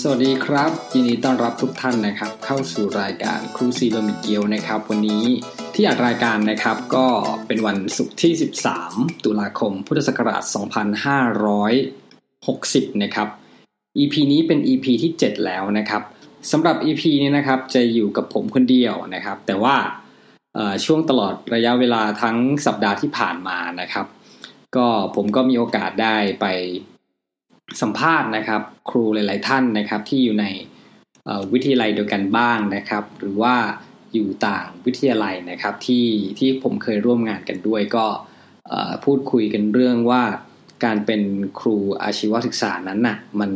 สวัสดีครับ ยินดีต้อนรับทุกท่านนะครับ เข้าสู่รายการครูซีบะหมี่เกี๊ยวนะครับ วันนี้ที่อัดรายการนะครับก็เป็นวันศุกร์ที่ 13 ตุลาคม พุทธศักราช 2560 นะครับ EP นี้เป็น EP ที่ 7 แล้วนะครับสำหรับ EP นี้นะครับจะอยู่กับผมคนเดียวนะครับ แต่ว่าเอ่อช่วงตลอดระยะเวลาทั้งสัปดาห์ที่ผ่านมานะครับ ก็ผมก็มีโอกาสได้ไปสัมภาษณ์นะครับ ครูหลาย ๆ ท่านนะครับ ที่อยู่ในเอ่อวิทยาลัยเดียวกันบ้างนะครับ หรือว่าอยู่ต่างวิทยาลัยนะครับที่ที่ผมเคยร่วมงานกันด้วยก็เอ่อพูดคุยกันเรื่องว่าการเป็นครูอาชีวศึกษานั้นน่ะมัน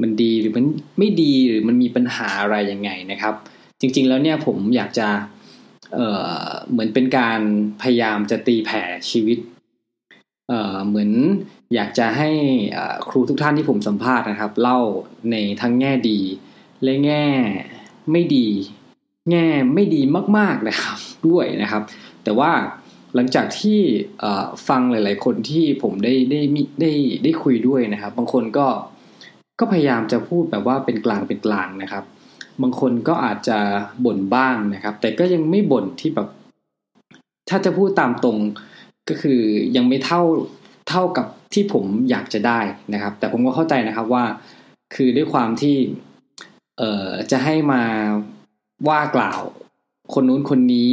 มันดีหรือมันไม่ดีหรือมันมีปัญหาอะไรยังไงนะครับ จริง ๆ แล้วเนี่ยผมอยากจะ เอ่อเหมือนเป็นการพยายามจะตีแผ่ชีวิต เอ่อเหมือนอยากจะให้เอ่อครูทุกท่านที่ผมสัมภาษณ์นะครับ เล่าในทั้งแง่ดีและแง่ไม่ดี แง่ไม่ดีมาก ๆนะครับ ด้วยนะครับ แต่ว่าหลังจากที่เอ่อฟังหลาย ๆ คนที่ผมได้ได้มีได้ได้คุยด้วยนะครับ บางคนก็ก็พยายามจะพูดแบบว่าเป็นกลางเป็นกลางนะครับ บางคนก็อาจจะบ่นบ้างนะครับ แต่ก็ยังไม่บ่นที่แบบ ถ้าจะพูดตามตรงก็คือยังไม่เท่าเท่ากับที่ผมอยากจะได้นะครับ แต่ผมก็เข้าใจนะครับว่า คือด้วยความที่เอ่อจะให้มาว่ากล่าว คนนู้นคนนี้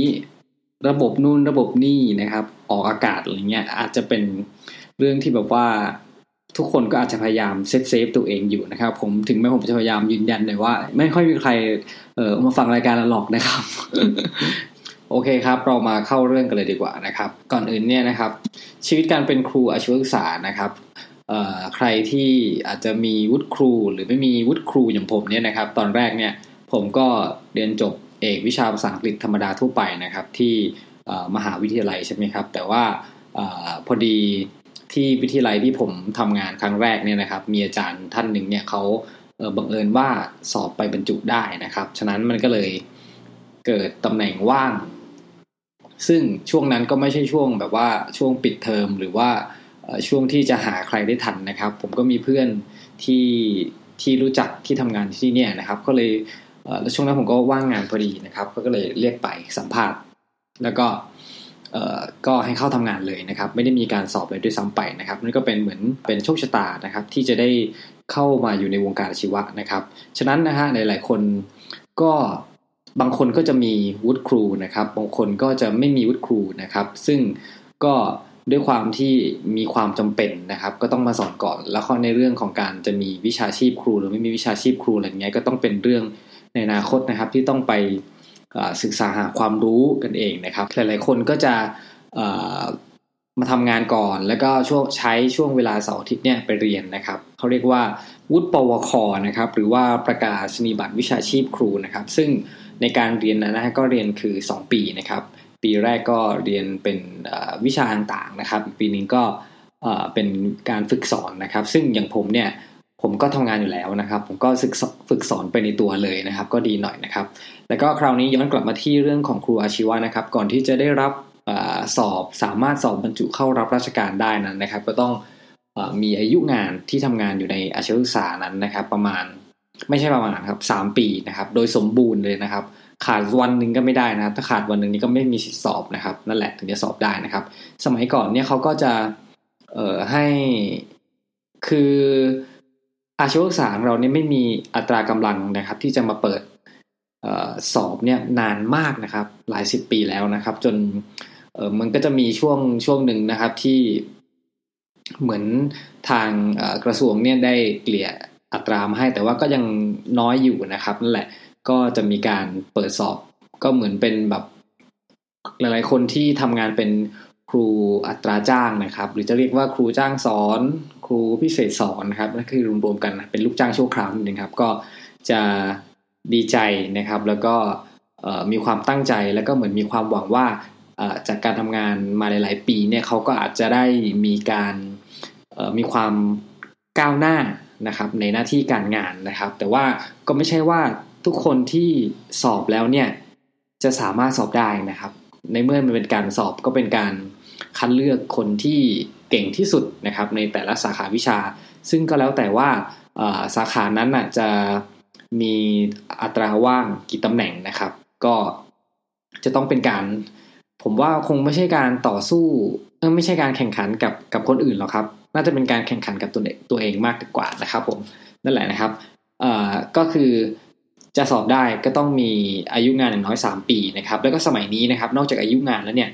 ระบบนู่นระบบนี่นะครับ ออกอากาศอะไรเงี้ยอาจจะเป็นเรื่องที่แบบว่าทุกคนก็อาจจะพยายามเซฟเซฟตัวเองอยู่นะครับ ผมถึงแม้ผมจะพยายามยืนยันเลยว่า ไม่ค่อยมีใครเออมาฟังรายการเราหรอกนะครับ โอเคครับ เรามาเข้าเรื่องกันเลยดีกว่านะครับ ก่อนอื่นเนี่ยนะครับ ชีวิตการเป็นครูอาชีวศึกษานะครับเอ่อใครที่อาจจะมีวุฒิครู หรือไม่มีวุฒิครูอย่างผมเนี่ยนะครับ ตอนแรกเนี่ยผมก็เรียนจบเอกวิชาภาษาอังกฤษธรรมดาทั่วไปนะครับ ที่เอ่อมหาวิทยาลัยใช่ไหมครับ แต่ว่าเอ่อพอดีที่วิทยาลัยที่ผมทำงานครั้งแรกเนี่ยนะครับ มีอาจารย์ท่านหนึ่งเนี่ยเขา เอ่อบังเอิญว่าสอบไปบรรจุได้นะครับ ฉะนั้นมันก็เลยเกิดตำแหน่งว่าง ซึ่งช่วงนั้นก็ไม่ใช่ช่วงแบบว่าช่วงปิดเทอมหรือว่าเอ่อช่วงที่จะหาใครได้ทันนะครับ ผมก็มีเพื่อนที่ที่รู้จักที่ทำงานที่เนี่ยนะครับ ก็เลยเอ่อแล้วช่วงนั้นผมก็ว่างงานพอดีนะครับ ก็เลยเรียกไปสัมภาษณ์ แล้วก็เอ่อก็ให้เข้าทำงานเลยนะครับ ไม่ได้มีการสอบเลยด้วยซ้ำไปนะครับนั่นก็เป็นเหมือนเป็นโชคชะตานะครับ ที่จะได้เข้ามาอยู่ในวงการอาชีวะนะครับ ฉะนั้นนะฮะหลายๆคนก็บางคนก็จะมีวุฒิครูนะครับ บางคนก็จะไม่มีวุฒิครูนะครับ ซึ่งก็ด้วยความที่มีความจำเป็นนะครับ ก็ต้องมาสอนก่อน แล้วข้อในเรื่องของการจะมีวิชาชีพครู หรือไม่มีวิชาชีพครูอะไรเงี้ยก็ต้องเป็นเรื่องในอนาคตนะครับที่ต้องไป เอ่อศึกษาหาความรู้กันเองนะครับ หลาย ๆ คนก็จะเอ่อมาทำงานก่อน แล้วก็ช่วงใช้ช่วงเวลาเสาร์อาทิตย์เนี่ยไปเรียนนะครับเขาเรียกว่าวุฒิปวคนะครับ หรือว่าประกาศนียบัตรวิชาชีพครูนะครับ ซึ่งในการเรียนนั้นนะฮะก็เรียนคือ 2 ปีนะครับ ปีแรกก็เรียนเป็นเอ่อวิชาต่าง ๆ นะครับอีกปีหนึงก็เอ่อเป็นการฝึกสอนนะครับ ซึ่งอย่างผมเนี่ยผมก็ทำงานอยู่แล้วนะครับ ผมก็ศึกษาฝึกสอนไปในตัวเลยนะครับ ก็ดีหน่อยนะครับ แล้วก็คราวนี้ย้อนกลับมาที่เรื่องของครูอาชีวะนะครับ ก่อนที่จะได้รับเออสอบสามารถสอบบรรจุเข้ารับราชการได้นั้นนะครับ ก็ต้องเออมีอายุงานที่ทำงานอยู่ในอาชีวศึกษานั้นนะครับ ประมาณไม่ใช่ประมาณครับสามปีนะครับ โดยสมบูรณ์เลยนะครับ ขาดวันหนึ่งก็ไม่ได้นะครับ ถ้าขาดวันหนึ่งนี่ก็ไม่มีสิทธิสอบนะครับ นั่นแหละถึงจะสอบได้นะครับ สมัยก่อนเนี่ยเขาก็จะเอ่อให้คืออาชีวศึกษาของเราเนี่ยไม่มีอัตรากำลังนะครับ ที่จะมาเปิด เออสอบเนี่ยนานมากนะครับ หลายสิบปีแล้วนะครับ จนเอ่อมันก็จะมีช่วงช่วงหนึ่งนะครับที่เหมือนทางเอ่อกระทรวงเนี่ยได้เกลี่ยอัตรามาให้ แต่ว่าก็ยังน้อยอยู่นะครับนั่นแหละก็จะมีการเปิดสอบก็เหมือนเป็นแบบ หลาย ๆ คนที่ทำงานเป็นครูอัตราจ้างนะครับ หรือจะเรียกว่าครูจ้างสอน ครูพิเศษสอนนะครับนั่นคือรวมๆกันนะเป็นลูกจ้างชั่วคราวนั่นเองครับ ก็จะดีใจนะครับ แล้วก็เอ่อมีความตั้งใจแล้วก็เหมือนมีความหวังว่าเอ่อจากการทำงานมาหลาย ๆ ปีเนี่ยเขาก็อาจจะได้มีการเอ่อมีความก้าวหน้านะครับ ในหน้าที่การงานนะครับ แต่ว่าก็ไม่ใช่ว่าทุกคนที่สอบแล้วเนี่ยจะสามารถสอบได้นะครับ ในเมื่อมันเป็นการสอบก็เป็นการคัดเลือกคนที่เก่งที่สุดนะครับ ในแต่ละสาขาวิชา ซึ่งก็แล้วแต่ว่า อ่าสาขานั้นน่ะจะมีอัตราว่างกี่ตำแหน่งนะครับ ก็จะต้องเป็นการ ผมว่าคงไม่ใช่การต่อสู้เออไม่ใช่การแข่งขันกับกับคนอื่นหรอกครับ น่าจะเป็นการแข่งขันกับตัวเองตัวเองมากกว่านะครับผมนั่นแหละนะครับเอ่อก็คือจะสอบได้ก็ต้องมีอายุงานอย่างน้อย 3 ปีนะครับ แล้วก็สมัยนี้นะครับ นอกจากอายุงานแล้วเนี่ย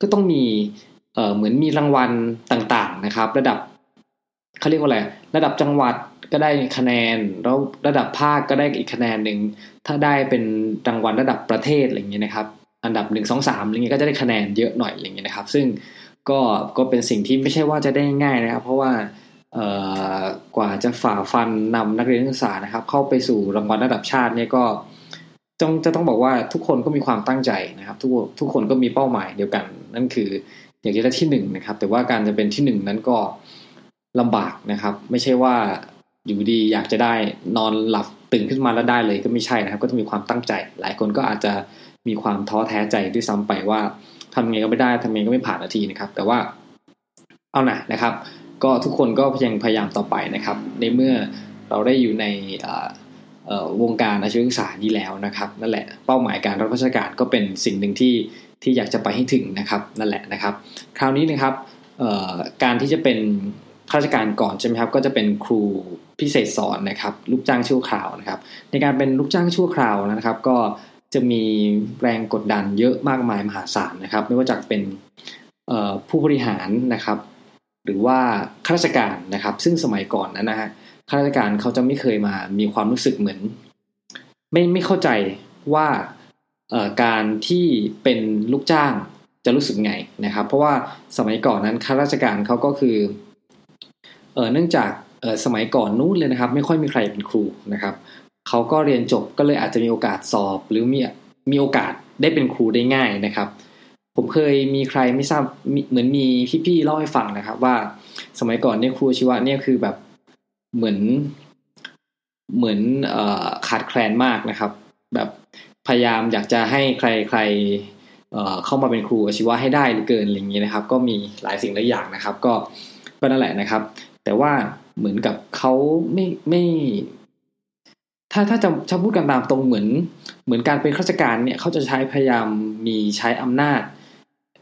ก็ต้องมีเอ่อเหมือนมีรางวัลต่างๆนะครับ ระดับเขาเรียกว่าอะไรระดับจังหวัดก็ได้คะแนนแล้วระดับภาคก็ได้อีกคะแนนหนึ่งถ้าได้เป็นรางวัลระดับประเทศอะไรอย่างเงี้ยนะครับ อันดับหนึ่งสองสามอะไรเงี้ยก็จะได้คะแนนเยอะหน่อยอะไรเงี้ยนะครับ ซึ่งก็ก็เป็นสิ่งที่ไม่ใช่ว่าจะได้ง่ายนะครับ เพราะว่าเอ่อกว่าจะฝ่าฟันนำนักเรียนนักศึกษานะครับ เข้าไปสู่รางวัลระดับชาติเนี่ยก็ต้องจะต้องบอกว่าทุกคนก็มีความตั้งใจนะครับ ทุกทุกคนก็มีเป้าหมายเดียวกัน นั่นคือ อยากจะได้ที่หนึ่งนะครับ แต่ว่าการจะเป็นที่หนึ่งนั้นก็ลำบากนะครับ ไม่ใช่ว่าอยู่ดีอยากจะได้นอนหลับตื่นขึ้นมาแล้วได้เลยก็ไม่ใช่นะครับ ก็ต้องมีความตั้งใจ หลายคนก็อาจจะมีความท้อแท้ใจด้วยซ้ำไปว่าทำไงก็ไม่ได้ทำไงก็ไม่ผ่านนาทีนะครับ แต่ว่าเอาหนะนะครับ ก็ทุกคนก็ยังพยายามต่อไปนะครับ ในเมื่อเราได้อยู่ในเอ่อเอ่อวงการอาชีวศึกษานี้แล้วนะครับ นั่นแหละเป้าหมายการรับราชการก็เป็นสิ่งหนึ่งที่ที่อยากจะไปให้ถึงนะครับนั่นแหละนะครับ คราวนี้นะครับเอ่อการที่จะเป็นข้าราชการก่อนใช่ไหมครับ ก็จะเป็นครูพิเศษสอนนะครับ ลูกจ้างชั่วคราวนะครับ ในการเป็นลูกจ้างชั่วคราวนะครับ ก็จะมีแรงกดดันเยอะมากมายมหาศาลนะครับ ไม่ว่าจะเป็นเอ่อผู้บริหารนะครับ หรือว่าข้าราชการนะครับ ซึ่งสมัยก่อนนะนะฮะข้าราชการเขาจะไม่เคยมามีความรู้สึกเหมือน ไม่ไม่เข้าใจว่าเอ่อการที่เป็นลูกจ้างจะรู้สึกไงนะครับ เพราะว่าสมัยก่อนนั้นข้าราชการเขาก็คือ เอ่อเนื่องจากเอ่อสมัยก่อนนู้นเลยนะครับ ไม่ค่อยมีใครเป็นครูนะครับเขาก็เรียนจบก็เลยอาจจะมีโอกาสสอบ หรือมีมีโอกาสได้เป็นครูได้ง่ายนะครับ ผมเคยมีใครไม่ทราบมีเหมือนมีพี่ๆเล่าให้ฟังนะครับ ว่าสมัยก่อนเนี่ยครูอาชีวะเนี่ยคือแบบเหมือนเหมือนเอ่อขาดแคลนมากนะครับ แบบพยายามอยากจะให้ใครใคร เอ่อเข้ามาเป็นครูอาชีวะให้ได้เหลือเกินอะไรอย่างนี้นะครับ ก็มีหลายสิ่งหลายอย่างนะครับ ก็ก็นั่นแหละนะครับ แต่ว่าเหมือนกับเขาไม่ไม่ ถ้าถ้าจะถ้าพูดกันตามตรงเหมือน เหมือนการเป็นข้าราชการเนี่ยเขาจะใช้พยายามมีใช้อำนาจ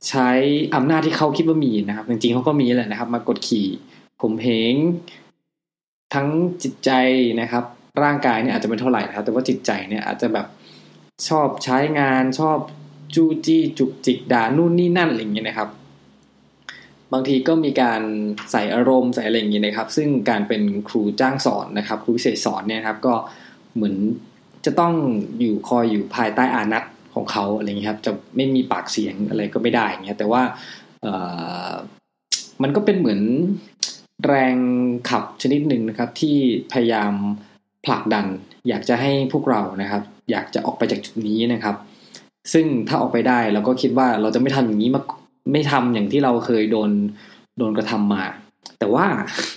ใช้อำนาจที่เขาคิดว่ามีนะครับ จริงๆเขาก็มีแหละนะครับ มากดขี่ข่มเหงทั้งจิตใจนะครับ ร่างกายเนี่ยอาจจะไม่เท่าไหร่นะครับ แต่ว่าจิตใจเนี่ยอาจจะแบบชอบใช้งานชอบจู้จี้จุกจิกด่านู่นนี่นั่นอะไรอย่างเงี้ยนะครับ บางทีก็มีการใส่อารมณ์ใส่อะไรอย่างนี้นะครับ ซึ่งการเป็นครูจ้างสอนนะครับ ครูพิเศษสอนเนี่ยนะครับ ก็เหมือนจะต้องอยู่คอยอยู่ภายใต้อานัตของเขาอะไรอย่างนี้ครับ จะไม่มีปากเสียงอะไรก็ไม่ได้อย่างเงี้ยแต่ว่าเอ่อมันก็เป็นเหมือนแรงขับชนิดหนึ่งนะครับ ที่พยายามผลักดัน อยากจะให้พวกเรานะครับ อยากจะออกไปจากจุดนี้นะครับ ซึ่งถ้าออกไปได้เราก็คิดว่าเราจะไม่ทำอย่างนี้มา ไม่ทำอย่างที่เราเคยโดนโดนกระทำมา แต่ว่า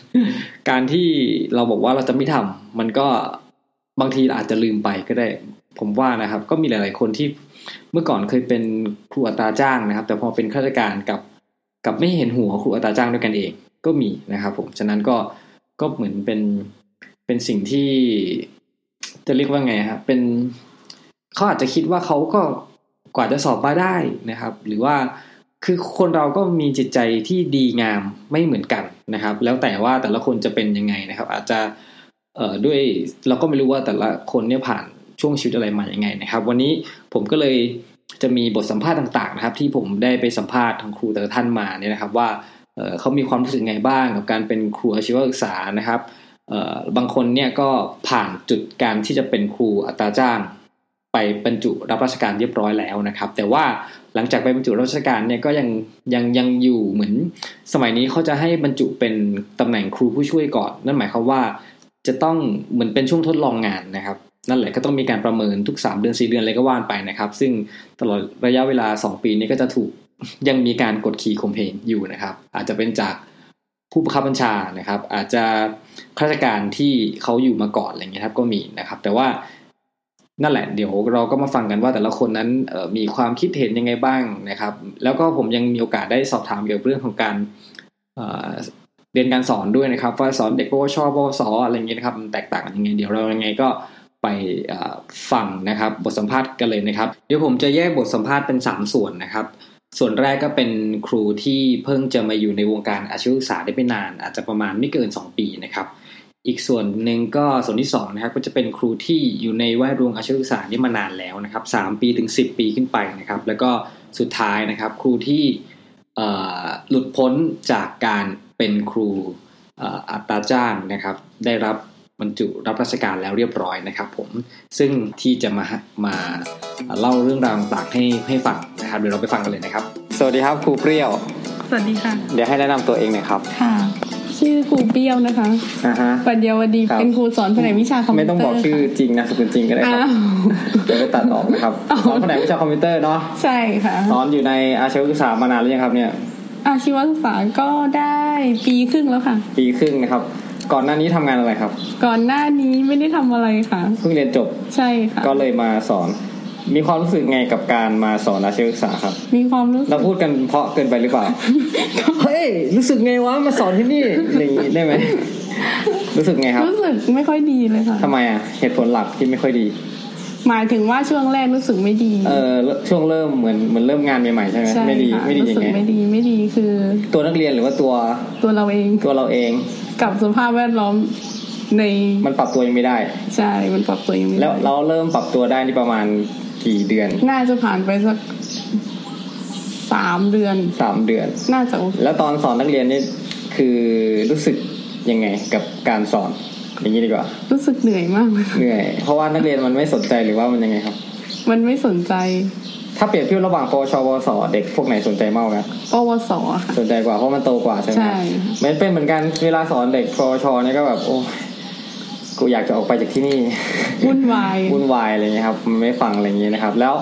การที่เราบอกว่าเราจะไม่ทำมันก็บางทีอาจจะลืมไปก็ได้ ผมว่านะครับ ก็มีหลาย ๆ คนที่เมื่อก่อนเคยเป็นครูอัตราจ้างนะครับ แต่พอเป็นข้าราชการกับกับไม่เห็นหัวครูอัตราจ้างด้วยกันเอง ก็มีนะครับผมฉะนั้นก็ก็เหมือนเป็นเป็นสิ่งที่ จะเรียกว่าไงครับเป็นเขาอาจจะคิดว่าเขาก็กว่าจะสอบมาได้นะครับ หรือว่า คือคนเราก็มีจิตใจที่ดีงามไม่เหมือนกันนะครับ แล้วแต่ว่าแต่ละคนจะเป็นยังไงนะครับ อาจจะเอ่อด้วยเราก็ไม่รู้ว่าแต่ละคนเนี่ยผ่านช่วงชีวิตอะไรมาอย่างไงนะครับ วันนี้ผมก็เลยจะมีบทสัมภาษณ์ต่างๆนะครับ ที่ผมได้ไปสัมภาษณ์ทางครูแต่ละท่านมาเนี่ยนะครับ ว่าเอ่อเขามีความรู้สึกไงบ้างกับการเป็นครูอาชีวศึกษานะครับเอ่อบางคนเนี่ยก็ผ่านจุดการที่จะเป็นครูอัตราจ้าง ไปบรรจุรับราชการเรียบร้อยแล้วนะครับ แต่ว่าหลังจากไปบรรจุรับราชการเนี่ยก็ยังยังยังอยู่เหมือน สมัยนี้เขาจะให้บรรจุเป็นตำแหน่งครูผู้ช่วยก่อน นั่นหมายความว่าจะต้องเหมือนเป็นช่วงทดลองงานนะครับ นั่นแหละก็ต้องมีการประเมินทุก 3 เดือน 4 เดือนอะไรก็ว่านไปนะครับ ซึ่งตลอดระยะเวลา 2 ปีนี้ก็จะถูก ยังมีการกดขี่ข่มเหงอยู่นะครับ อาจจะเป็นจากผู้บังคับบัญชานะครับ อาจจะข้าราชการที่เขาอยู่มาก่อนอะไรเงี้ยครับก็มีนะครับ แต่ว่านั่นแหละเดี๋ยวเราก็มาฟังกันว่าแต่ละคนนั้นเอ่อมีความคิดเห็นยังไงบ้างนะครับ แล้วก็ผมยังมีโอกาสได้สอบถามเกี่ยวกับเรื่องของการเอ่อ เรียนการสอนด้วยนะครับ ว่าสอนเด็กปวชปวสอะไรอย่างเงี้ยนะครับมันแตกต่างกันยังไงเดี๋ยวเรายังไงก็ไปเอ่อฟังนะครับ บทสัมภาษณ์กันเลยนะครับ เดี๋ยวผมจะแยกบทสัมภาษณ์เป็น 3 ส่วนนะครับ ส่วนแรกก็เป็นครูที่เพิ่งจะมาอยู่ในวงการอาชีวศึกษาได้ไม่นาน อาจจะประมาณไม่เกิน 2 ปีนะครับ อีกส่วนหนึ่งก็ส่วนที่สองนะครับก็จะเป็นครูที่อยู่ในแวดวงอาชีวศึกษานี่มานานแล้วนะครับสามปีถึงสิบปีขึ้นไปนะครับ แล้วก็สุดท้ายนะครับครูที่เอ่อหลุดพ้นจากการเป็นครูเอ่ออัตราจ้างนะครับ ได้รับบรรจุรับราชการแล้วเรียบร้อยนะครับ ผมซึ่งที่จะมามาเล่าเรื่องราวต่างๆให้ให้ฟังนะครับเดี๋ยวเราไปฟังกันเลยนะครับ สวัสดีครับครูเปรี้ยว สวัสดีค่ะ เดี๋ยวให้แนะนํตัวเองหน่อยครับ ค่ะ ชื่อครูเปรี้ยวนะคะ อ่าฮะ ปัญญาวดี ครับ เป็นครูสอนแผนกวิชาคอมพิ ไม่ วเตอร์ ต้องบอกชื่อ ค่ะ จริงนะสกุลจริงก็ได้ค อ้า รับ ว เดี๋ยวไปตัดออก นะครับ อ๋อ สอนแผนกวิชาคอมพิวเตอร์เนาะ ใช่ค่ะ สอนอยู่ในอาชีวศึกษามานานหรือยังครับเนี่ย อาชีวศึกษาก็ได้ปีครึ่งแล้วค่ะ ปีครึ่งนะครับ ก่อนหน้านี้ทำงานอะไรครับ ก่อนหน้านี้ไม่ได้ทำอะไรค่ะ เพิ่งเรียนจบ ใช่ค่ะ ก็เลยมาสอน มีความรู้สึกไงกับการมาสอนอาชีวศึกษาครับ มีความรู้สึ เรา ก พูดกันเพราะเกินไปหรือเปล่า เฮ้ย รู้สึกไงวะมาสอนที่นี่อย่างนี้ได้ไหม รู้สึกไงครับ รู้สึกไม่ค่อยดีเลยค่ะ ทำไมอ่ะ เหตุผลหลักที่ไม่ค่อยดี หมายถึงว่าช่วงแรกรู้สึกไม่ดี เออช่วงเริ่มเหมือนเหมือนเริ่มงานใหม่ๆใช่ไหม ใช่ ไม่ดี ค่ะ ไม่ดี รู้ ยั สึกงไง ไม่ดีไม่ดีคือ ตัวนักเรียนหรือว่าตัว ตัวเราเอง ตัวเราเอง กับสภาพแวดล้อมใน มันปรับตัวยังไม่ได้ ใช่มันปรับตัวยังไม่ได้ แล้วเราเริ่มปรับตัวได้นี่ประมาณกี่เดือน น่าจะผ่านไปสักสามเดือน สามเดือน น่าจะโอเค แล้วตอนสอนนักเรียนนี่คือรู้สึกยังไงกับการสอนอย่างนี้ดีกว่า รู้สึกเหนื่อยมากเลยค่ะ เหนื่อยเพราะว่านักเรียนมันไม่สนใจหรือว่ามันยังไงครับ มันไม่สนใจ ถ้าเปรียบเทียบระหว่างปวชปวสเด็กพวกไหนสนใจมากกว่ากัน ปวสอะค่ะ สนใจกว่าเพราะมันโตกว่าใช่ไหม ใช่ เหมันเป็นเหมือนกันเวลาสอนเด็กปวชเนี่ยก็แบบโอ้ยกูอยากจะออกไปจากที่ นี่ วุ่นวาย วุ่นวายอะไรเงี้ยครับมันไม่ฟังอะไรเงี้ยนะครับ แล้ว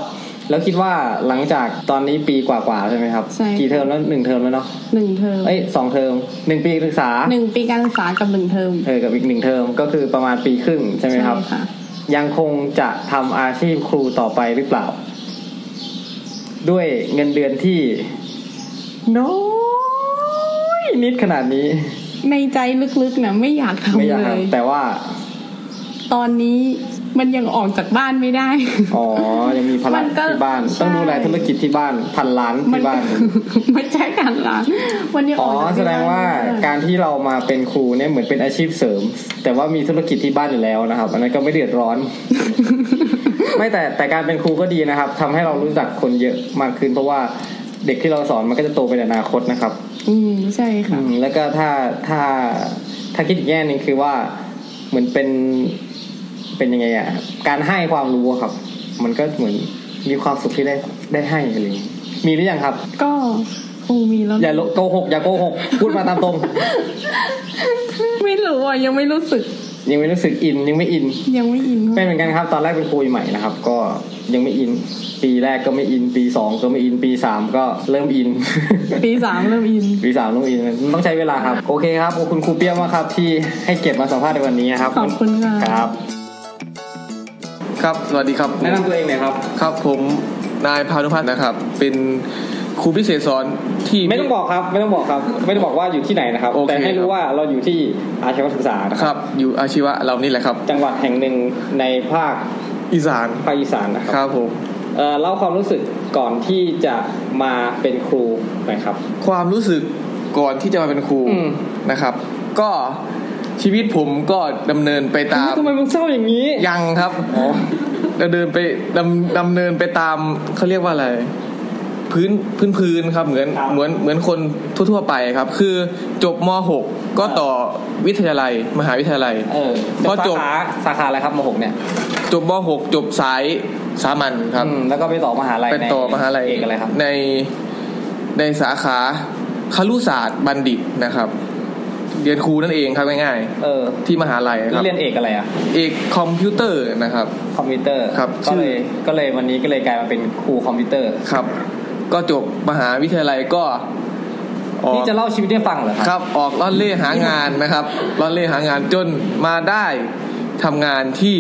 แล้วคิดว่าหลังจากตอนนี้ปีกว่าๆใช่ไหมครับกี่เทอมแล้วหนึ่งเทอมแล้วเนาะ หนึ่งเทอม เอ้ยสองเทอมหนึ่งปีศึกษา หนึ่งปีการศึกษากับหนึ่งเทอม เธอกับอีกหนึ่งเทอมก็คือประมาณปีครึ่งใช่ไหมครับ ค่ะ ยังคงจะทำอาชีพครูต่อไปหรือเปล่า ด้วยเงินเดือนที่น้อยนิดขนาดนี้ ในใจลึกๆนะไม่อยาก ไม่ ทำ อยาก เลย ทำแต่ว่า ตอนนี้มันยังออกจากบ้านไม่ได้ อ๋อ ยังมีภา มั ระ นก็ ที่บ้าน ใช่ ต้องดูแลธุรกิจที่บ้านพันล้าน มั ที่บ้าน ไม่ใช่การละมันยังอ อ๋ อ อกจากที่บ้น แสดงว่า ไม่ได้ การที่เรามาเป็นครูเนี่ยเหมือนเป็นอาชีพเสริม แต่ว่ามีธุรกิจที่บ้านอยู่แล้วนะครับ อันนั้นก็ไม่เดือดร้อน ไม่แต่แต่การเป็นครูก็ดีนะครับทำให้เรารู้จักคนเยอะมากขึ้น เพราะว่าเด็กที่เราสอนมันก็จะโตไปในอนาคตนะครับ อืมใช่ อื ค่ะ มแล้วก็ถ้าถ้าถ้าคิดอีกแง่หนึ่งคือว่าเหมือนเป็นเป็นยังไงอะการให้ความรู้อะครับ มันก็เหมือนมีความสุขที่ได้ได้ให้อะไรอย่างงี้มีหรือยังครับ ก็คงมีแล้วนะ อย่าโกหกอย่าโกหกพูดมาตามตรง ไม่รู้อ่ะยังไม่รู้สึก ยังไม่รู้สึกอินยังไม่อิน ยังไม่อิน เป็นเหมือนกันครับ ตอนแรกเป็นครูใหม่นะครับ ก็ยังไม่อิน ปีแรกก็ไม่อิน ปีสองก็ไม่อิน ปีสามก็เริ่มอิน ปีสามเริ่มอิน ปีสามเริ่มอินมันต้องใช้เวลาครับ โอเคครับขอบคุณครูเปี้ยมากครับ ที่ให้เกียรติมาสัมภาษณ์ในวันนี้นะครับ ขอบคุณค่ะ ครับ ครับ สวัสดีครับ แนะนำตัวเองหน่อยครับ ครับผม นายพานุพัฒน์นะครับ เป็นครูพิเศษสอนที่ ไม่ต้องบอกครับ ไม่ต้องบอกครับ ไม่ต้องบอกว่าอยู่ที่ไหนนะครับ โอเค แต่ให้รู้ว่าเราอยู่ที่อาชีวศึกษานะค ครับ รับ อยู่อาชีวะเรานี่แหละครับ จังหวัดแห่งหนึ่งในภาค อีสาน ภาคอีสานนะค ครับ รับผม เอ่อเล่าความรู้สึกก่อนที่จะมาเป็นครูหน่อยครับ ความรู้สึกก่อนที่จะมาเป็นครู อืม นะครับ ก็ชีวิตผมก็ดำเนินไปตาม ทำไมมึงเศร้าอย่างนี้ ยังครับ อ๋อ ดำเนินไปดำดำเนินไปตามเขาเรียกว่าอะไร พื้นพื้นพื้นครับเหมือน ครับ เหมือนเหมือนคนทั่วๆไปครับ คือจบม .6 ก็ต่อวิทยาลัย มหาวิทยาลัย เออ พอจบ สาขาสาขาอะไรครับมหกเนี่ย จบม .6 จบสายสามัญครับ อืมแล้วก็ไปต่อมหาลัย เป็นต่อ ใน มหาลัย เอกอะไรครับ ในในสาขาคารุศาสตร์บัณฑิตนะครับ เรียนครูนั่นเองครับง่าย เออ ๆ ที่มหาลัยค แล้ รั ว บ เรียนเอกอะไรอ่ะ เอกคอมพิวเตอร์นะครับ คอมพิวเตอร์ ครับ ก็ ชื่อ เลยก็เลยวันนี้ก็เลยกลายมาเป็นครูคอมพิวเตอร์ ครับ ก็จบมหาวิทยาลัยก็ออก นี่จะเล่าชีวิตให้ฟังเหรอ ค ครับ รับ ออกล่อนเล่หางานนะครับล่อนเล่หางานจนมาได้ทำงานที่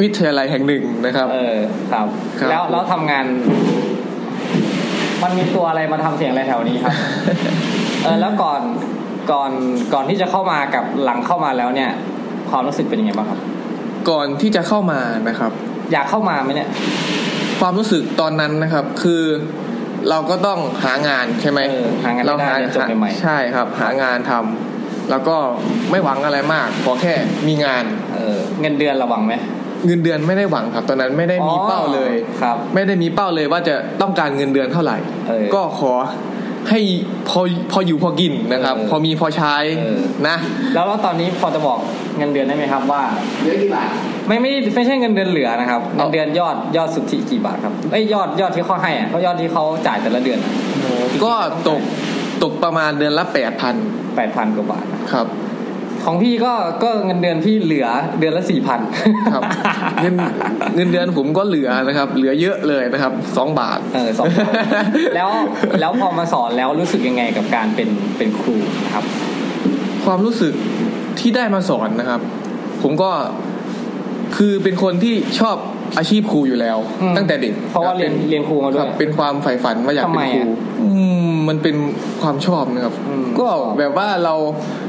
วิทยาลัยแห่งหนึ่งนะครับ เออครับ ครับ แล้วแล้วทำงาน มันมีตัวอะไรมาทำเสียงอะไรแถวนี้ครับ เออแล้วก่อน ก่อนก่อนที่จะเข้ามากับหลังเข้ามาแล้วเนี่ย ความรู้สึกเป็นยังไงบ้างครับ ก่อนที่จะเข้ามานะครับ อยากเข้ามาไหมเนี่ย ความรู้สึกตอนนั้นนะครับ คือเราก็ต้องหางานใช่ไหม เออหางาน เรา ไม่ได้เรียนจบใหม่ๆ ใช่ครับ หางานทำแล้วก็ไม่หวังอะไรมากขอแค่มีงาน เออเงินเดือนระวัง ไหม เงินเดือนไม่ได้หวังครับ ตอนนั้นไม่ได้มีเป้าเลย อ๋อครับ ไม่ได้มีเป้าเลยว่าจะต้องการเงินเดือนเท่าไหร่ เออ ก็ขอให้พอพออยู่พอกินนะครับ เออ พอมีพอใช้ เออ นะ แล้วแล้วตอนนี้พอจะบอกเงินเดือนได้ไหมครับว่า เยอะกี่บาท ไม่ไม่ไม่ใช่เงินเดือนเหลือนะครับเงินเดือนยอดยอดสุทธิกี่บาทครับไอ้ยยอดยอดที่เขาให้อ่ะก็ยอดที่เขาจ่ายแต่ละเดือน ก็ตกตกประมาณเดือนละแปดพัน แปดพันกว่าบาทนะครับ ของพี่ก็ก็เงินเดือนพี่เหลือเดือนละสี่พัน ครับเงินเงินเดือนผมก็เหลือนะครับ เหลือเยอะเลยนะครับสองบาท เออสองพันแล้วแล้วพอมาสอนแล้วรู้สึกยังไงกับการเป็นเป็นครูนะครับ ความรู้สึกที่ได้มาสอนนะครับ ผมก็คือเป็นคนที่ชอบอาชีพครูอยู่แล้ว อืม ตั้งแต่เด็ก เพราะว่าเรียนเรียนครูมาด้ คว รั ย บเป็นความใฝ่ฝันว่าอยาก ทำ เป็ ไม นครู อะ อืมมันเป็นความชอบนะครับ อืม ก็ ชอบ แบบว่าเรา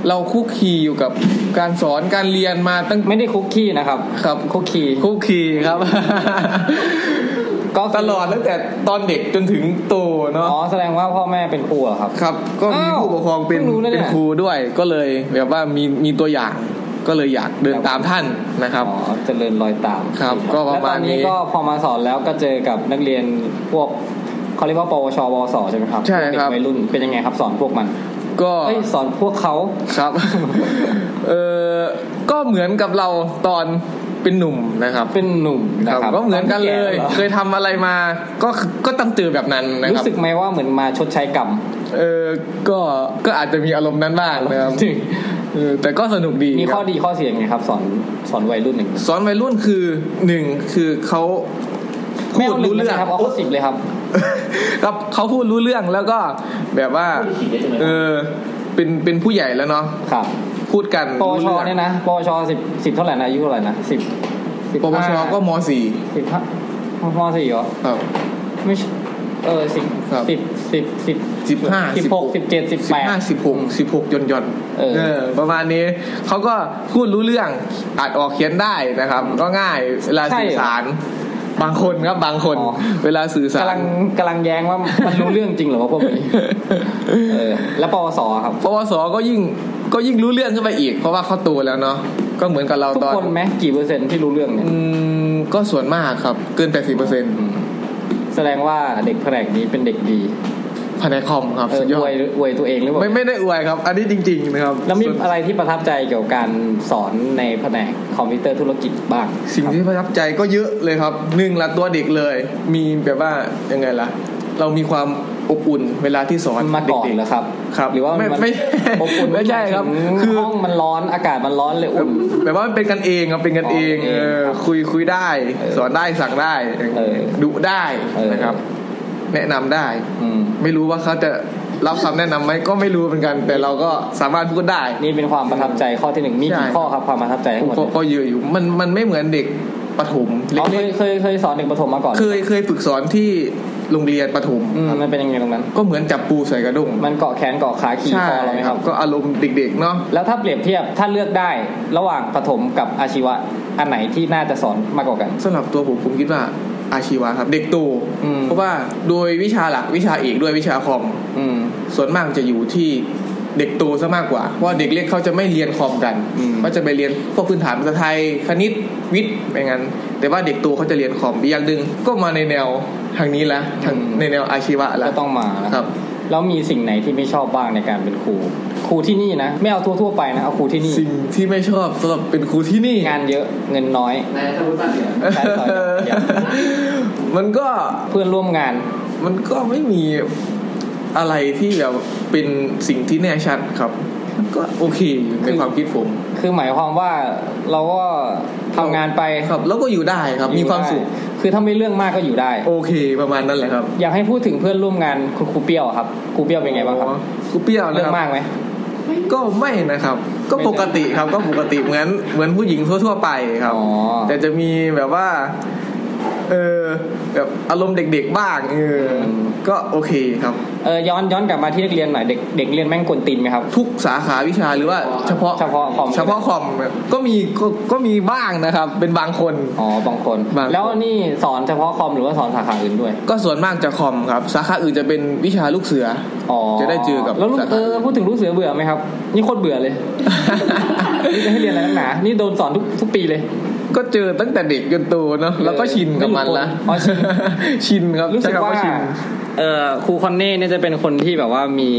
เราคุกคีอยู่กับการสอนการเรียนมาตั้ง ไม่ได้คุกคีนะครับ ครับ คุกคี คุกคีครับ ก็คื ตลอดตั้งแต่ตอนเด็กจนถึงโตเนาะ อ๋อแสดงว่าพ่อแม่เป็นครูเหรอครับ ครับ ก็มี อ้าว ผู้ปกครองเป็น เพิ่งรู้นะเนี่ย เป็นครูด้วย ก็เลยแบบว่ามีมีตัวอย่าง ก็เลยอยากเดิน ครับ ตามท่านนะครับ อ๋อเจริญรอยตาม ครับ ก็ป แล้ว ระ ต มา อ ณ นนี้ นี้ ก็พอมาสอนแล้วก็เจอกับนักเรียนพวกเขาเรียกว่าปวชวสใช่ไหมครับ ใช่ เด็ ครั ก บ วัยรุ่นเป็นยังไงครับสอนพวกมัน ก็ เอ้ยสอนพวกเขา ครับ เออก็เหมือนกับเราตอนเป็นหนุ่มนะครับ เป็นหนุ่มนะ ครับ ครับ ก็เหมือนกันเลย ตอ เคยทำอะไรมา ก็ก็ต้องเจอแบบนั้น แก่แล้ว นะค รู้ รับ สึกไหมว่าเหมือนมาชดใช้กรรม เออก็ก็อาจจะมีอารมณ์นั้นบ้างนะครับ จริง เออแต่ก็สนุกดี มี ค ข้ รั อบ ดีข้อเสียยังไงครับ สอนสอนวัยรุ่นหนึ่ง สอนวัยรุ่นคือหนึ่งคือเขา ไม่เอาหนึ่ง พูด เลยครับเอาข้อสิบเลยครับ ครับเขาพูดรู้เรื่องแล้วก็แบบว่า เออเป็นเป็นผู้ใหญ่แล้วเนาะ ครับ พูดกัน ปว รู้ ช รื่อง เนี่ยนะปวชสิบสิบเท่าไหร่นะอายุเท่าไหร่นะสิบสิบ ปวช ห้า ก็มสี่ สิบห้าปวสี่เหรอ ครับ ไม่ใช่เออสิบ ครับ สิบสิบสิบ สิบห้า สิบหกสิสิบบ เจ็ เจ็ดดสิบ สิ แป บ ด ห้าสิบหกสิบหกย่อนย่อนๆ เออ เออ ประมาณนี้เขาก็พูดรู้เรื่องอาจออกเขียนได้นะครับ ก็ง่ายเวลาสื่อสาร บางคนครับบางคน เวลาสื่อสาร กำลังกำลังแย้งว่ามันรู้เรื่องจริงเหรือว่าพวกนี้ เออ แล้วปวสครับ ปวสก็ยิ่งก็ยิ่งรู้เรื่องขึ้นไปอีก เพราะว่าเขาโตแล้วเนาะก็เหมือนกับเรา ทุก ตอน คนไหมกี่เปอร์เซ็นต์ที่รู้เรื่องเนี่ย อืมก็ส่วนมากครับ เกิน 80%เปอร์เซ็นต์ แสดงว่าเด็กแผนกนี้เป็นเด็กดี ภายในคอมครับ เออ สุดยอ อ ด วยอวยตัวเองหรือเปล่า ไม่ไม่ได้อวยครับ อันนี้จริง ๆ นะครับ แล้วมี ส่น อะไรที่ประทับใจเกี่ยวกับการสอนในแผนกคอมพิวเตอร์ธุรกิจบ้าง สิ่งที่ประทับใจก็เยอะเลยครับหนึ่งละตัวเด็กเลย มีแบบว่ายังไงล่ะ เรามีความอบอุ่นเวลาที่สอน มันมาก่อน เด็ก เหรอครับ ๆครับ หรือว่า ไม่ มัน ไม่ อบ อุ่น ไม่ใช่ครับ คื คือ อ ห้องมันร้อนอากาศมันร้อนเลยอุ่น แบบว่ามันเป็นกันเองครับเป็นกันเอง อ๋อเป็นกันเอง เออคุยคุยได้ เออ สอนได้สั่งได้ เออ ดุได้ เออ นะครับ แนะนำได้ อืม ไม่รู้ว่าเขาจะรับคำแนะนำไหมก็ไม่รู้เหมือนกัน แต่เราก็สามารถพูดได้ นี่เป็นความประทับใจข้อที่หนึ่งมี ใช่ กี่ข้อครับความประทับใจทั้งหมด ก็ก็เยอะอยู่มันมันไม่เหมือนเด็กประถม อ๋อเค เล็ ย ก เคยเคยสอนเด็กประถมมาก่อน ๆเคยเคยฝึกสอนที่โรงเรียนประถม อืมมันเป็นยังไงตรงนั้น ก็เหมือนจับปูใส่กระด้ง มันเกาะแขนเกาะขาขี่ ใช่ คอเราไหม ค ค รั รั บบ ก็อารมณ์เด็กๆเนาะ แล้วถ้าเปรียบเทียบถ้าเลือกได้ ระหว่างประถมกับอาชีวะ อันไหนที่น่าจะสอนมากกว่ากัน สำหรับตัวผมผมคิดว่าอาชีวะครับ เด็กโต อืม เพราะว่าโดยวิชาหลักวิชาเอกด้วยวิชาคอม อืม ส่วนมากจะอยู่ที่เด็กโตซะมากกว่า เพราะว่าเด็กเล็กเขาจะไม่เรียนคอมกัน อืม ก็จะไปเรียนพวกพื้นฐานภาษาไทยคณิตวิทย์ไปงั้น แต่ว่าเด็กโตเขาจะเรียนคอมอีกอย่างหนึ่งก็มาในแนวทางนี้ละทางในแนวอาชีวะละ ก็ต้องมานะครับ แล้วมีสิ่งไหนที่ไม่ชอบบ้างในการเป็นครู ครูที่นี่นะ ไม่เอาทั่วทั่วๆไปนะ เอาครูที่นี่ สิ่งที่ไม่ชอบสำหรับเป็นครูที่นี่ งานเยอะเงินน้อย นายสมุทรบ้านเดียว ใช่ต่อยอย่างเดียว มันก็ เพื่อนร่วมงาน มันก็ไม่มีอะไรที่แบบเป็นสิ่งที่แน่ชัดครับมันก็โอเคอยู่ในความคิดผม คือหมายความว่าเราก็ทำงานไป ครับ แล้วก็อยู่ได้ครับมีความสุข ได้คือถ้าไม่เรื่องมากก็อยู่ได้ โอเคประมาณนั้นแหละครับ อยากให้พูดถึงเพื่อนร่วมงานคุณครูเปรี้ยวอะครับครูเปรี้ยวเป็นไงบ้างครับ อ๋อครูเปรี้ยวนะ เรื่อ ค ง รับ มากไหม ก็ไม่นะครับ ก็ปกติครับ ก็ปกติเหมือนเหมือนผู้หญิงทั่ว ๆ ไปครับ อ๋อ แต่จะมีแบบว่า เออแบบอารมณ์เด็กๆบ้างเออก็โอเคครับ เออย้อนย้อนกลับมาที่นักเรียนหน่อยเด็กเด็กเรียนแม่งกวนตีนไหมครับ ทุกสาขาวิชาหรือว่าเฉพาะ เฉพาะคอม เฉพาะคอมก็มีก็ก็มีบ้างนะครับ เป็นบางคน อ๋อบางคน บางคน แล้วนี่สอนเฉพาะคอมหรือว่าสอนสาขาอื่นด้วย ก็ส่วนมากจะคอมครับ สาขาอื่นจะเป็นวิชาลูกเสือ อ๋อ จะได้เจอกับ แล้วลูก สาขา เออพูดถึงลูกเสือเบื่อไหมครับ นี่โคตรเบื่อ เลยนี่จะให้เรียนอะไรนักหนานี่โดนสอนทุกทุกปีเลย ก็เจอตั้งแต่เด็กจนโตเนาะแล้วก็ชินกับมันละ อ๋อชิน ชินครับ รู้สึก ใช้คำ ว่า ชิน เอ่อครูคอนเน่เนี่ยจะเป็นคนที่แบบว่ามี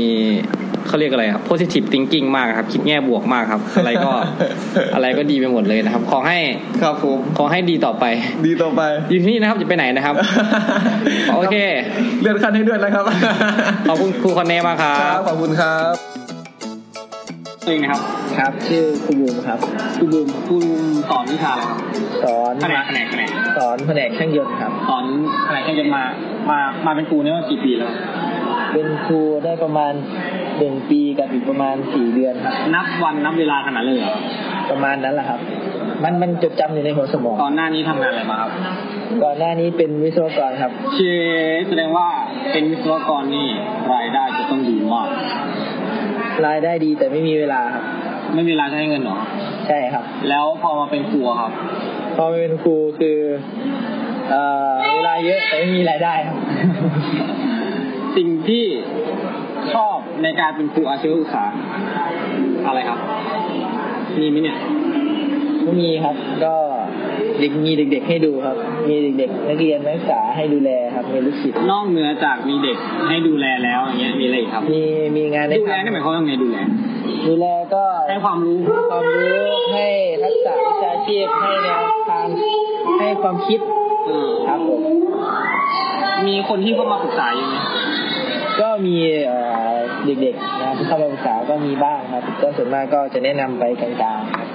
เขาเรียกอะไรครับ positive thinking มากครับ คิดแง่บวกมากครับ อะไรก็ อะไรก็ดีไปหมดเลยนะครับ ขอให้ ครับผม ขอให้ดีต่อไป ดีต่อไป อยู่ที่นี่นะครับจะไปไหนนะครับ โอเค เลื่อนขั้นให้ด้วยนะครับ ขอบคุณครูคอนเน่มากครั ครับบขอบคุณครับ ตัวเองนะครับ ครับ ชื่อครูบูมครับ ครูบูมครูบูมสอนวิชาอะไรครับ สอน แผนกแผนกแผนก สอนแผนกช่างยนต์ครับ สอนแผนกจะมามามาเป็นครูเนี่ยมากี่ปีแล้ว เป็นครูได้ประมาณหนึ่งปีกับอีกประมาณสี่เดือนครับ นับวันนับเวลาขนาดเลยเหรอ ประมาณนั้นแหละครับ มันมันจดจำอยู่ในหัวสมอง ตอนหน้านี้ทำงานอะไรมาครับ ก่อนหน้านี้เป็นวิศวกรครับ คือแสดงว่าเป็นวิศวกรนี่รายได้จะต้องดีมาก รายได้ดีแต่ไม่มีเวลาครับ ไม่มีรายได้เงินเหรอ ใช่ครับ แล้วพอมาเป็นครัวครับ พอเป็นครูคือเอ่อเวลาเยอะแต่ไม่มีรายได้ครับ สิ่งที่ชอบในการเป็นครูอาชีวศึกษาอะไรครับมีไหมเนี่ย ไม่มีครับ ก็เด็กมีเด็กๆให้ดูครับ มีเด็กๆนักเรียนนักศึกษาให้ดูแลครับมีลูกศิษย์ นอกเหนือจากมีเด็กให้ดูแลแล้วอย่างเงี้ยมีอะไรอีกครับ มีมีงานให้ ดูแลนี่ห ทำ มายความว่าไงดูแล ดูแลก็ ให้ความรู้ ความรู้ให้ทักษะวิชาชีพให้แนวทางให้ความคิด เออ ครับผม มีคนที่เข้ามาปรึกษาอยู่ไหม ก็มีเอ่อเด็กๆนะครับที่เข้ามาปรึกษาก็มีบ้างครับ ก็ส่วนมากก็จะแนะนำไปกลางๆครับ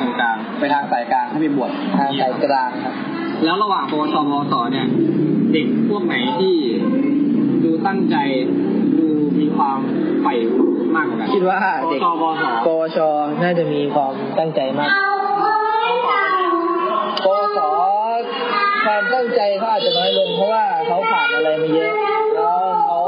อ๋อกลางๆไปทางสายกลางให้ไปบวช ทางสายกลางครับ แล้วระหว่างปวสปวสเนี่ย เด็กพวกไหนที่ดูตั้งใจดูมีความใฝ่รู้มากกว่ากัน คิดว่าเด็ก ปวสปวส ปวชน่าจะมีความตั้งใจมากปวสความตั้งใจเขาอาจจะน้อยลงเพราะว่าเขาผ่านอะไรมาเยอะ แล้วเขา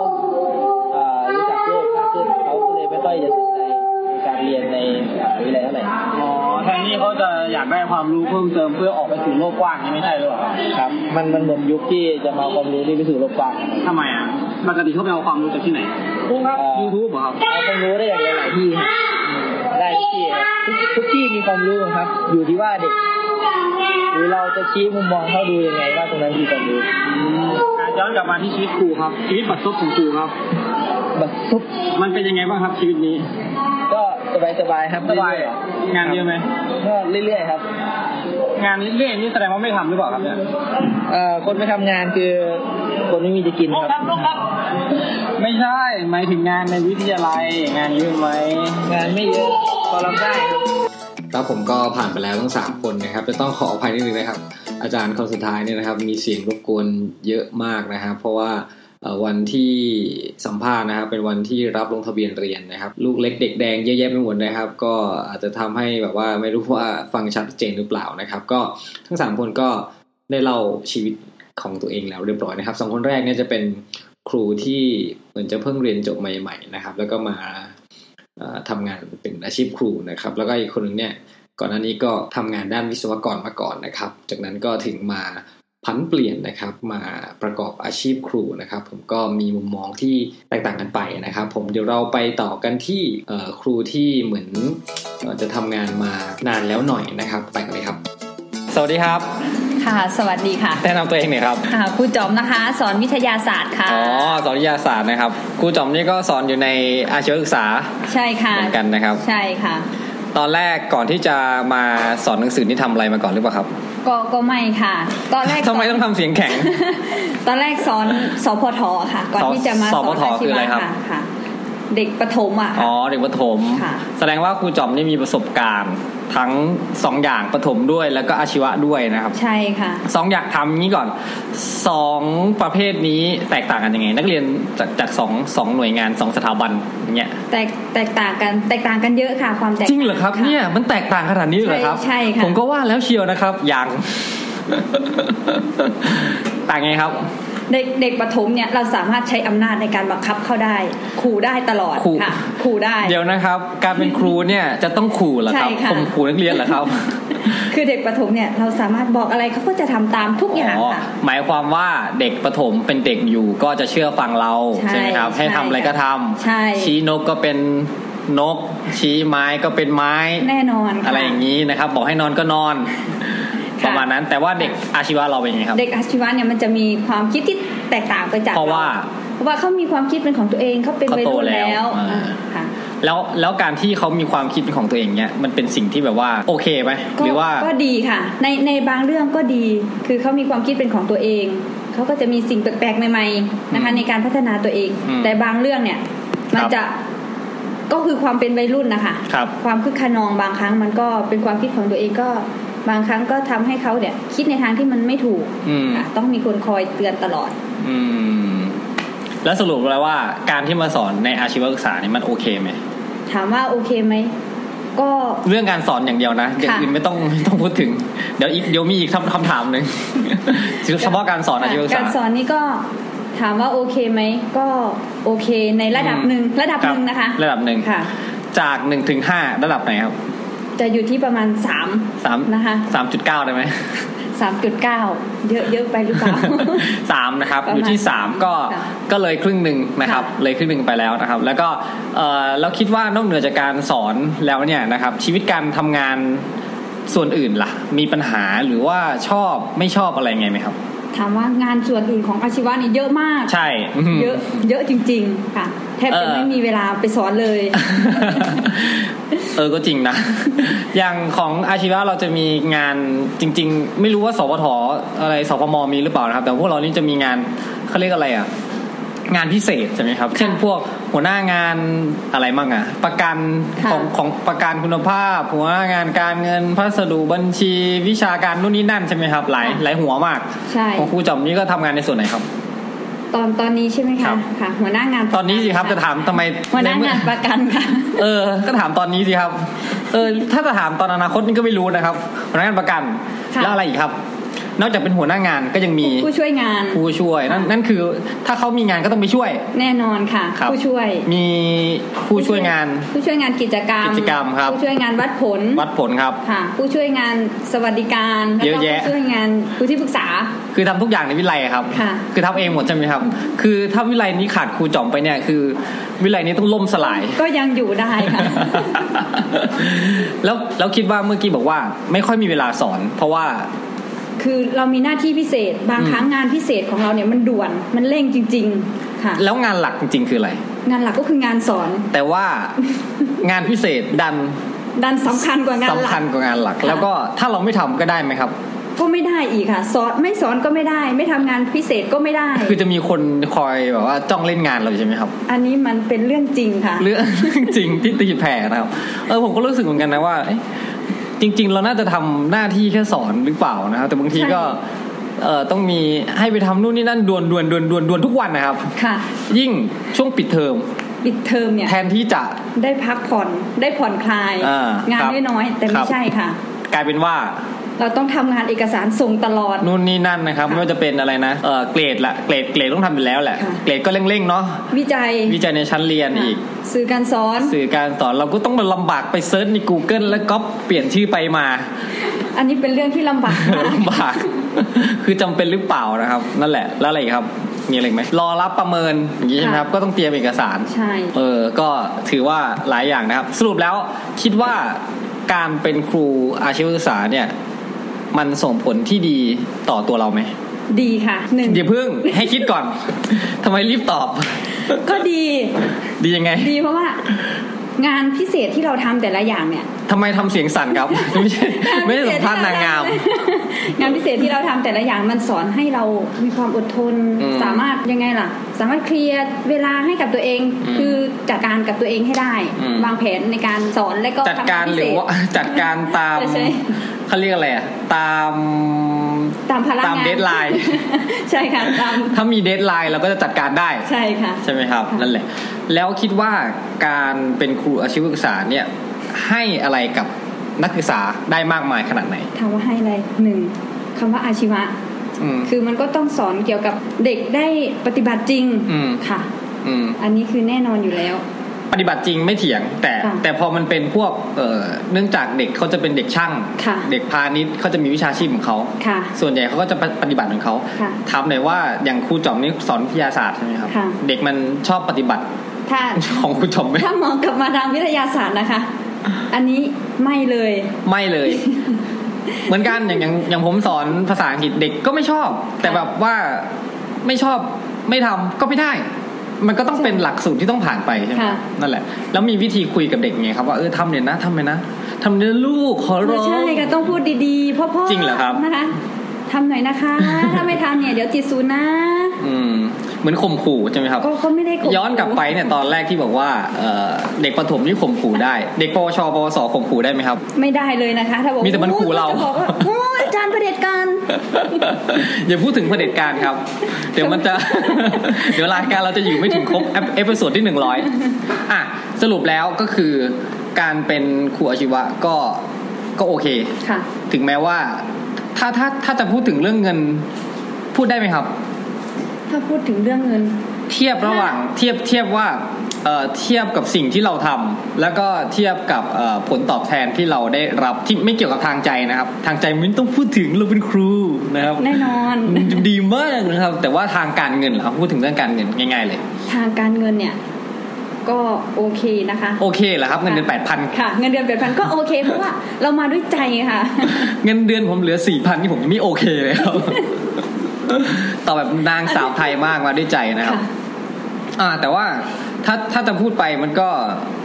เอ่อรู้จักโลกมากขึ้นเขาก็เลยไม่ค่อยจะสนใจในการเรียนในมหาวิทยาลัยเท่าไหร่ อ๋อแทนที่เขาจะอยากได้ความรู้เพิ่มเติมเพื่อออกไปสู่โลกกว้างนี่ไม่ใช่หรอ ครับ มันมันเหมือนยุคที่จะมาเอาความรู้ที่ไปสู่โลกกว้าง ทำไมอ่ะปกติเขาไปเอาความรู้จากที่ไหน รู้ครับ ยูทูบเหรอครับ เอาความรู้ได้อย่างหลายๆที่ครับได้ทุกที่ครับทุกทุกที่มีความรู้ครับ อยู่ที่ว่าเด็ก หรือเราจะชี้มุมมองเขาดูยังไงว่าตรงนั้นคือความรู้ อ่ะย้อนกลับมาที่ชีวิตครูครับ ชีวิตบัดซบของครูครับ บักซุป มันเป็นยังไงบ้างครับชีวิตนี้ ก็สบายสบายๆครับ สบายเหรอ ๆ งานเยอะไหม ก็เรื่อยๆครับ งานนี้เรื่อยนี่แสดงว่าไม่ทำหรือเปล่าครับเนี่ย เอ่อคนไม่ทำงานคือคนไม่มีจะกินครับ ไม่ใช่หมายถึงงานในวิทยาลัยงานเยอะไหม งานไม่เยอะพอรับได้ครับ ครับผมก็ผ่านไปแล้วทั้ง 3 คนนะครับ จะต้องขออภัยนิดนึงนะครับ อาจารย์คนสุดท้ายเนี่ยนะครับ มีเสียงรบกวนเยอะมากนะครับ เพราะว่าเอ่อวันที่สัมภาษณ์นะครับ เป็นวันที่รับลงทะเบียนเรียนนะครับ ลูกเล็กเด็กแดงเยอะแยะไปหมดนะครับ ก็อาจจะทำให้แบบว่าไม่รู้ว่าฟังชัดเจนหรือเปล่านะครับ ก็ทั้ง 3 คนก็ได้เล่าชีวิตของตัวเองแล้วเรียบร้อยนะครับสองคนแรกเนี่ยจะเป็นครูที่เหมือนจะเพิ่งเรียนจบใหม่ ๆนะครับ แล้วก็มา เอ่อทำงานเป็นอาชีพครูนะครับ แล้วก็อีกคนหนึ่งเนี่ยก่อนหน้านี้ก็ทำงานด้านวิศวกรมาก่อนนะครับ จากนั้นก็ถึงมาพันเปลี่ยนนะครับ มาประกอบอาชีพครูนะครับ ผมก็มีมุมมองที่แตกต่างกันไปนะครับ ผมเดี๋ยวเราไปต่อกันที่เอ่อครูที่เหมือนเอ่อจะทำงานมานานแล้วหน่อยนะครับ ไปกันเลยครับ สวัสดีครับ ค่ะ สวัสดีค่ะ แนะนำตัวเองหน่อยครับ ค่ะครูจอมนะคะ สอนวิทยาศาสตร์ค่ะ อ๋อสอนวิทยาศาสตร์นะครับครูจอมนี่ก็สอนอยู่ในอาชีวศึกษา ใช่ค่ะ เหมือนกันนะครับ ใช่ค่ะ ตอนแรกก่อนที่จะมาสอนหนังสือนี่ทำอะไรมาก่อนหรือเปล่าครับ ก็ก็ไม่ค่ะ ตอนแรก ทำไมต้องทำเสียงแข็ง ตอนแรกสอนสพทค่ะ ก่อนที่จะมา ส ส พท อนอาชี คือ ว อะไรครับ ค่ะค่ะ เด็กประถมอ่ะค่ะ อ๋อเด็กประถม ค่ะ แสดงว่าครูจอมนี่มีประสบการณ์ ทั้งสองอย่างประถมด้วยแล้วก็อาชีวะด้วยนะครับ ใช่ค่ะ สองอยากทำนี้ก่อนสองประเภทนี้แตกต่างกันยังไง นักเรียนจากจากสองสองหน่วยงานสองสถาบันอย่างเงี้ย แตกแตกต่างกัน แตกต่างกันเยอะค่ะ ความแตก จริงเหรอครับ ะ เนี่ยมันแตกต่างขนาดนี้เลยเหรอครับ ใช่ใช่ค่ะ ผมก็ว่าแล้วเชียวนะครับ อย่าง ต่างไงครับ เด็กเด็กประถมเนี่ยเราสามารถใช้อำนาจในการบังคับเขาได้ขู่ได้ตลอด ขู่ ค่ะขู่ได้ เดี๋ยวนะครับ การเป็นครูเนี่ยจะต้องขู่เหรอครับ ใช่ค่ะ ข่มขู่นักเรียนเหรอครับ คือเด็กประถมเนี่ยเราสามารถบอกอะไรเขาก็จะทำตามทุกอย่าง อ๋อ ค่ะ หมายความว่าเด็กประถมเป็นเด็กอยู่ก็จะเชื่อฟังเรา ใช่ ใช่ไหมครับ ให้ ใช่ ทำอะไรก็ทำ ใช่ ชี้นกก็เป็นนก ชี้ไม้ก็เป็นไม้ แน่นอนค่ อะไรอย่างนี้นะครับ บอกให้นอนก็นอน ค่ะ ประมาณนั้นแต่ว่าเด็กอาชีวะเราเป็นยังไงครับ เด็กอาชีวะเนี่ยมันจะมีความคิดที่แตกต่างไปจาก เพราะว่า เพราะว่าเขามีความคิดเป็นของตัวเองเขาเป็นวัยรุ่น เขาโตแล้ แล้ว ว อ่า ค่ะ แล้วแล้วการที่เขามีความคิดเป็นของตัวเองเนี่ยมันเป็นสิ่งที่แบบว่าโอเคไหม ก็ หรือว่า ก็ดีค่ะ ในในบางเรื่องก็ดี คือเขามีความคิดเป็นของตัวเอง เขาก็จะมีสิ่งแปลกๆใหม่ๆนะคะ อืม ในการพัฒนาตัวเอง อืม แต่บางเรื่องเนี่ยมัคนรับ จะก็คือความเป็นวัยรุ่นนะคะ ครับ ความคึกขนองบางครั้งมันก็เป็นความคิดของตัวเองก็บางครั้งก็ทำให้เขาเนี่ย คิดในทางที่มันไม่ถูก อืม ค่ะต้องมีคนคอยเตือนตลอด อืม แล้วสรุปแล้วว่าการที่มาสอนในอาชีวศึกษานี่มันโอเคไหม ถามว่าโอเคไหมก็ เรื่องการสอนอย่างเดียวนะอย่างอื่นไม่ต้องไม่ต้องพูดถึง เดี๋ยวอีกเดี๋ยวมีอีกคำคำถามหนึ่ง เฉพาะการสอนอาชีวศึก กา ษา รสอนนี่ก็ถามว่าโอเคไหมก็โอเคในระดับ อืม หนึ่งระดับ ครั ห บ นึ่งนะคะ ระดับหนึ่ง ค่ะ จากหนึ่งถึงห้าระดับไหนครับ จะอยู่ที่ประมาณสาม สาม นะคะ สามจุดเก้าได้ไหม สามจุดเก้าเยอะเยอะไป หรือเปล่า สามนะครับ ประมาณ อยู่ที่สามก็ ค่ะ ก็เลยครึ่งหนึ่งนะครับ ค่ะ เลยครึ่งหนึ่งไปแล้วนะครับ แล้วก็เอ่อเราคิดว่านอกเหนือจากการสอนแล้วเนี่ยนะครับ ชีวิตการทำงานส่วนอื่นล่ะ มีปัญหาหรือว่าชอบไม่ชอบอะไรไงไหมครับ ถามว่างานส่วนอื่นของอาชีวะนี่เยอะมาก ใช่ม เยอะ เยอะจริง ๆ ค่ะ แทบ เอ่ จะ อ ไม่มีเวลาไปสอนเลย เอ อก็จริงนะ อย่างของอาชีวะเราจะมีงานจริง ๆ ไม่รู้ว่าสพทอะไรสพมมีหรือเปล่านะครับ แต่พวกเรานี่จะมีงานเขาเรียกอะไรอ่ะ งานพิเศษใช่ไหมครับ เช่นพวกหัวหน้างานอะไรบ้างอะประกัน ค่ะ ของของประกันคุณภาพ หัวหน้างานการเงินพัสดุบัญชี วิชาการนู่นนี่นั่นใช่ไหมครับหลาย ค่ะ หลายหัวมาก ใช่ ของครูจอมนี่ก็ทำงานในส่วนไหนครับ ตอนตอนนี้ใช่ไหม ครั คะ บ ค่ะ หัวหน้างาน ตอนนี้สิครับจะถามทำไม หัวหน้า ใเมื่อ งานประกันค่ะ เออ ก็ถามตอนนี้สิครับ เออ ถ้าจะถามตอนอนาคตนี่ก็ไม่รู้นะครับหัวหน้างานประกัน ค่ะ แล้วอะไรอีกครับ นอกจากเป็นหัวหน้างานก็ยังมี ผู้ช่วยงาน ผู้ช่วย นั่น นั่นคือ ถ้าเขามีงานก็ต้องไปช่วย แน่นอนค่ะ ครับ ผู้ช่วย มีผู้ช่วยงาน ผู้ช่วยงานกิจกรรม กิจกรรมครับ ผู้ช่วยงานวัดผล วัดผลครับ ค่ะ ผู้ช่วยงานสวัสดิการแล้ว เยอะ ก็ แยะ ผู้ช่วยงานผู้ที่ปรึกษา คือทำทุกอย่างในวิไลอะครับ ค่ะ คือทำเองหมดใช่ไหมครับ คือถ้าวิไลนี้ขาดครูจอมไปเนี่ย คือ วิไลนี้ต้องล่มสลาย ก็ยังอยู่ได้ ค่ะ แล้วแล้วคิดว่าเมื่อกี้บอกว่า ไม่ค่อยมีเวลาสอน เพราะว่า คือเรามีหน้าที่พิเศษ บางครั้งงานพิเศษของเราเนี่ยมันด่วนมันเร่งจริง ๆค่ะ แล้วงานหลักจริงๆคืออะไร งานหลักก็คืองานสอน แต่ว่างานพิเศษดัน ดันสำคัญกว่างานห สำ ลั คัญ ก กว่างานหลัก ค่ะ แล้วก็ถ้าเราไม่ทำก็ได้ไหมครับ ก็ไม่ได้อีกค่ะ สอนไม่สอนก็ไม่ได้ ไม่ทำงานพิเศษก็ไม่ได้ คือจะมีคนคอยแบบว่าจ้องเล่นงานเราใช่ไหมครับ อันนี้มันเป็นเรื่องจริงค่ะ เรื่อง จริงที่ตีแผ่นะครับเออผมก็รู้สึกเหมือนกันนะว่าเอ๊ะจริง ๆ เราน่าจะทำหน้าที่แค่สอนหรือเปล่านะครับ แต่บางทีก็เออต้องมีให้ไปทำนู่นนี่นั่นด่วนด่วนด่วนด่วนด่วนทุกวันนะครับ ค่ะ ยิ่งช่วงปิดเทอม ปิดเทอมเนี่ย แทนที่จะ ได้พักผ่อนได้ผ่อนคลาย อ่าง งาน ครับ น้อยๆแต่ ครั ไม่ บ ใช่ค่ะ กลายเป็นว่า เราต้องทำงานเอกสารส่งตลอ ด นู่นนี่นั่นนะครับ ค่ะ ไม่ว่าจะเป็นอะไรนะเออเกรดละเกรดเกรดต้องทำอยู่แล้วแหละ ค่ะ เกรดก็เร่งๆเนาะ วิจัย วิจัยในชั้นเรียนอีก สื่อการสอน สื่อการสอนเราก็ต้องมาลำบากไปเซิร์ชใน Google แล้วก็เปลี่ยนชื่อไปมา อันนี้เป็นเรื่องที่ลำบากมาก ลำบาก คือจำเป็นหรือเปล่านะครับ นั่นแหละ แล้วอะไรอีกครับ มีอะไรอีกไหมรอรับประเมินอย่างนี้ใช่ไหมครับ ก็ต้องเตรียมเอกสาร ใช่ เออ ก็ถือว่าหลายอย่างนะครับ สรุปแล้วคิดว่าการเป็นครูอาชีวศึกษาเนี่ย มันส่งผลที่ดีต่อตัวเราไหม ดีค่ะหนึ่ง อย่าเพิ่งให้คิดก่อน ทำไมรีบตอบ ก็ดี ดียังไง ดีเพราะว่า งานพิเศษที่เราทำแต่ละอย่างเนี่ย ทำไมทำเสียงสั่นครับ ไม่ใช่ไม่ได้สัมภาษณ์นางงาม งานพิเศษ ที่เราทำแต่ละอย่างมันสอนให้เรามีความอดทน อืม สามารถยังไงล่ะ สามารถเคลียร์เวลาให้กับตัวเอง อืม คือจัดการกับตัวเองให้ได้ อืม วางแผนในการสอนและก็ จัดการหทำงนพิเศ รือ ษ ว่าจัดการตาม ใช่ใช่ เขาเรียกอะไรอ่ะตาม ตามพลังงาน ตามเดทไลน์ ใช่ค่ะตาม ถ้ามีเดทไลน์เราก็จะจัดการได้ ใช่ค่ะ ใช่ไหมครับ ค่ะ นั่นแหละ แล้วคิดว่าการเป็นครูอาชีวศึกษาเนี่ย ให้อะไรกับนักศึกษาได้มากมายขนาดไหน ถามว่าให้อะไรหนึ่ง คำว่าอาชีวะ อืม คือมันก็ต้องสอนเกี่ยวกับเด็กได้ปฏิบัติจริง อืม ค่ะ อืม อันนี้คือแน่นอนอยู่แล้ว ปฏิบัติจริงไม่เถียง แต่ ค่ะ แต่พอมันเป็นพวกเอ่อเนื่องจากเด็กเขาจะเป็นเด็กช่าง ค่ะ เด็กพาณิชย์เขาจะมีวิชาชีพของเขา ค่ะ ส่วนใหญ่เขาก็จะปฏิบัติของเขา ค่ะ ถามหน่อยว่าอย่างครูจอมนี่สอนวิทยาศาสตร์ใช่ไหมครับ ค่ะ เด็กมันชอบปฏิ บัติ ถ้า ของครูจอมไหม ถ้ามองกลับมาทางวิทยาศาสตร์นะคะ อันนี้ไม่เลย ไม่เลย เหมือนกันอย่างอย่างอย่างผมสอนภาษาอังกฤษเด็กก็ไม่ชอบ แต่แบบว่าไม่ชอบไม่ทำก็ไม่ได้ มันก็ต้องเป็นหลักสูตรที่ต้องผ่านไปใช่ไหม ค่ะ นั่นแหละ แล้วมีวิธีคุยกับเด็กไงครับว่าเออทำเนี่ยนะทำเลยนะทำเนี่ยนะลูกขอร้ ไม่ อง ใช่ก็ต้องพูดดีๆ เพ่อพ่อ จริงเหรอครับ นะคะทำหน่อยนะคะ ถ้าไม่ทำเนี่ยเดี๋ยวจิตสูนย์นะ อืมเหมือนข่มขู่ใช่ไหมครับ ก็ก็ไม่ได้ข่ม ย้อนกลับไปเนี่ยตอนแรกที่บอกว่าเอ่อเด็กประถมนี่ข่มขู่ได้ เด็กปวชปวสข่มขู่ได้ไหมครับ ไม่ได้เลยนะคะ ถ้าบอก มีแต่มันขู่เรา จะบอก ว่าโอ้ยอาจารย์ประเผด็จการ อย่าพูดถึงเผด็จการครับ เดี๋ยวมันจะ เดี๋ยวรายการเราจะอยู่ไม่ถึงครบเอเอพิโซดที่หนึ่งร้อยอ่ะสรุปแล้วก็คือการเป็นครูอาชีวะก็ก็โอเค ค่ะ ถึงแม้ว่า ถ้าถ้าถ้าจะพูดถึงเรื่องเงินพูดได้ไหมครับ ถ้าพูดถึงเรื่องเงิน เทียบระหว่างเทียบเทียบว่าเอ่อเทียบกับสิ่งที่เราทำแล้วก็เทียบกับเอ่อผลตอบแทนที่เราได้รับที่ไม่เกี่ยวกับทางใจนะครับ ทางใจไม่ต้องพูดถึงเราเป็นครูนะครับ แน่นอน มันดีมากนะครับ แต่ว่าทางการเงินเหราพูดถึงเรื่องการเงินง่ายๆเลย ทางการเงินเนี่ย ก็โอเคนะคะ โอเคเหรอครับ เงินเดือนแปดพัน ค่ะ เงินเดือนแปดพันก็โอเค เพราะว่าเรามาด้วยใจค่ะ เงินเดือนผมเหลือสี่พันที่ผมยังไม่โอเคเลยครับ ต่อแบบนางสาวไทยมากมาด้วยใจนะครับ ค่ะ อ่าแต่ว่าถ้าถ้าจะพูดไปมันก็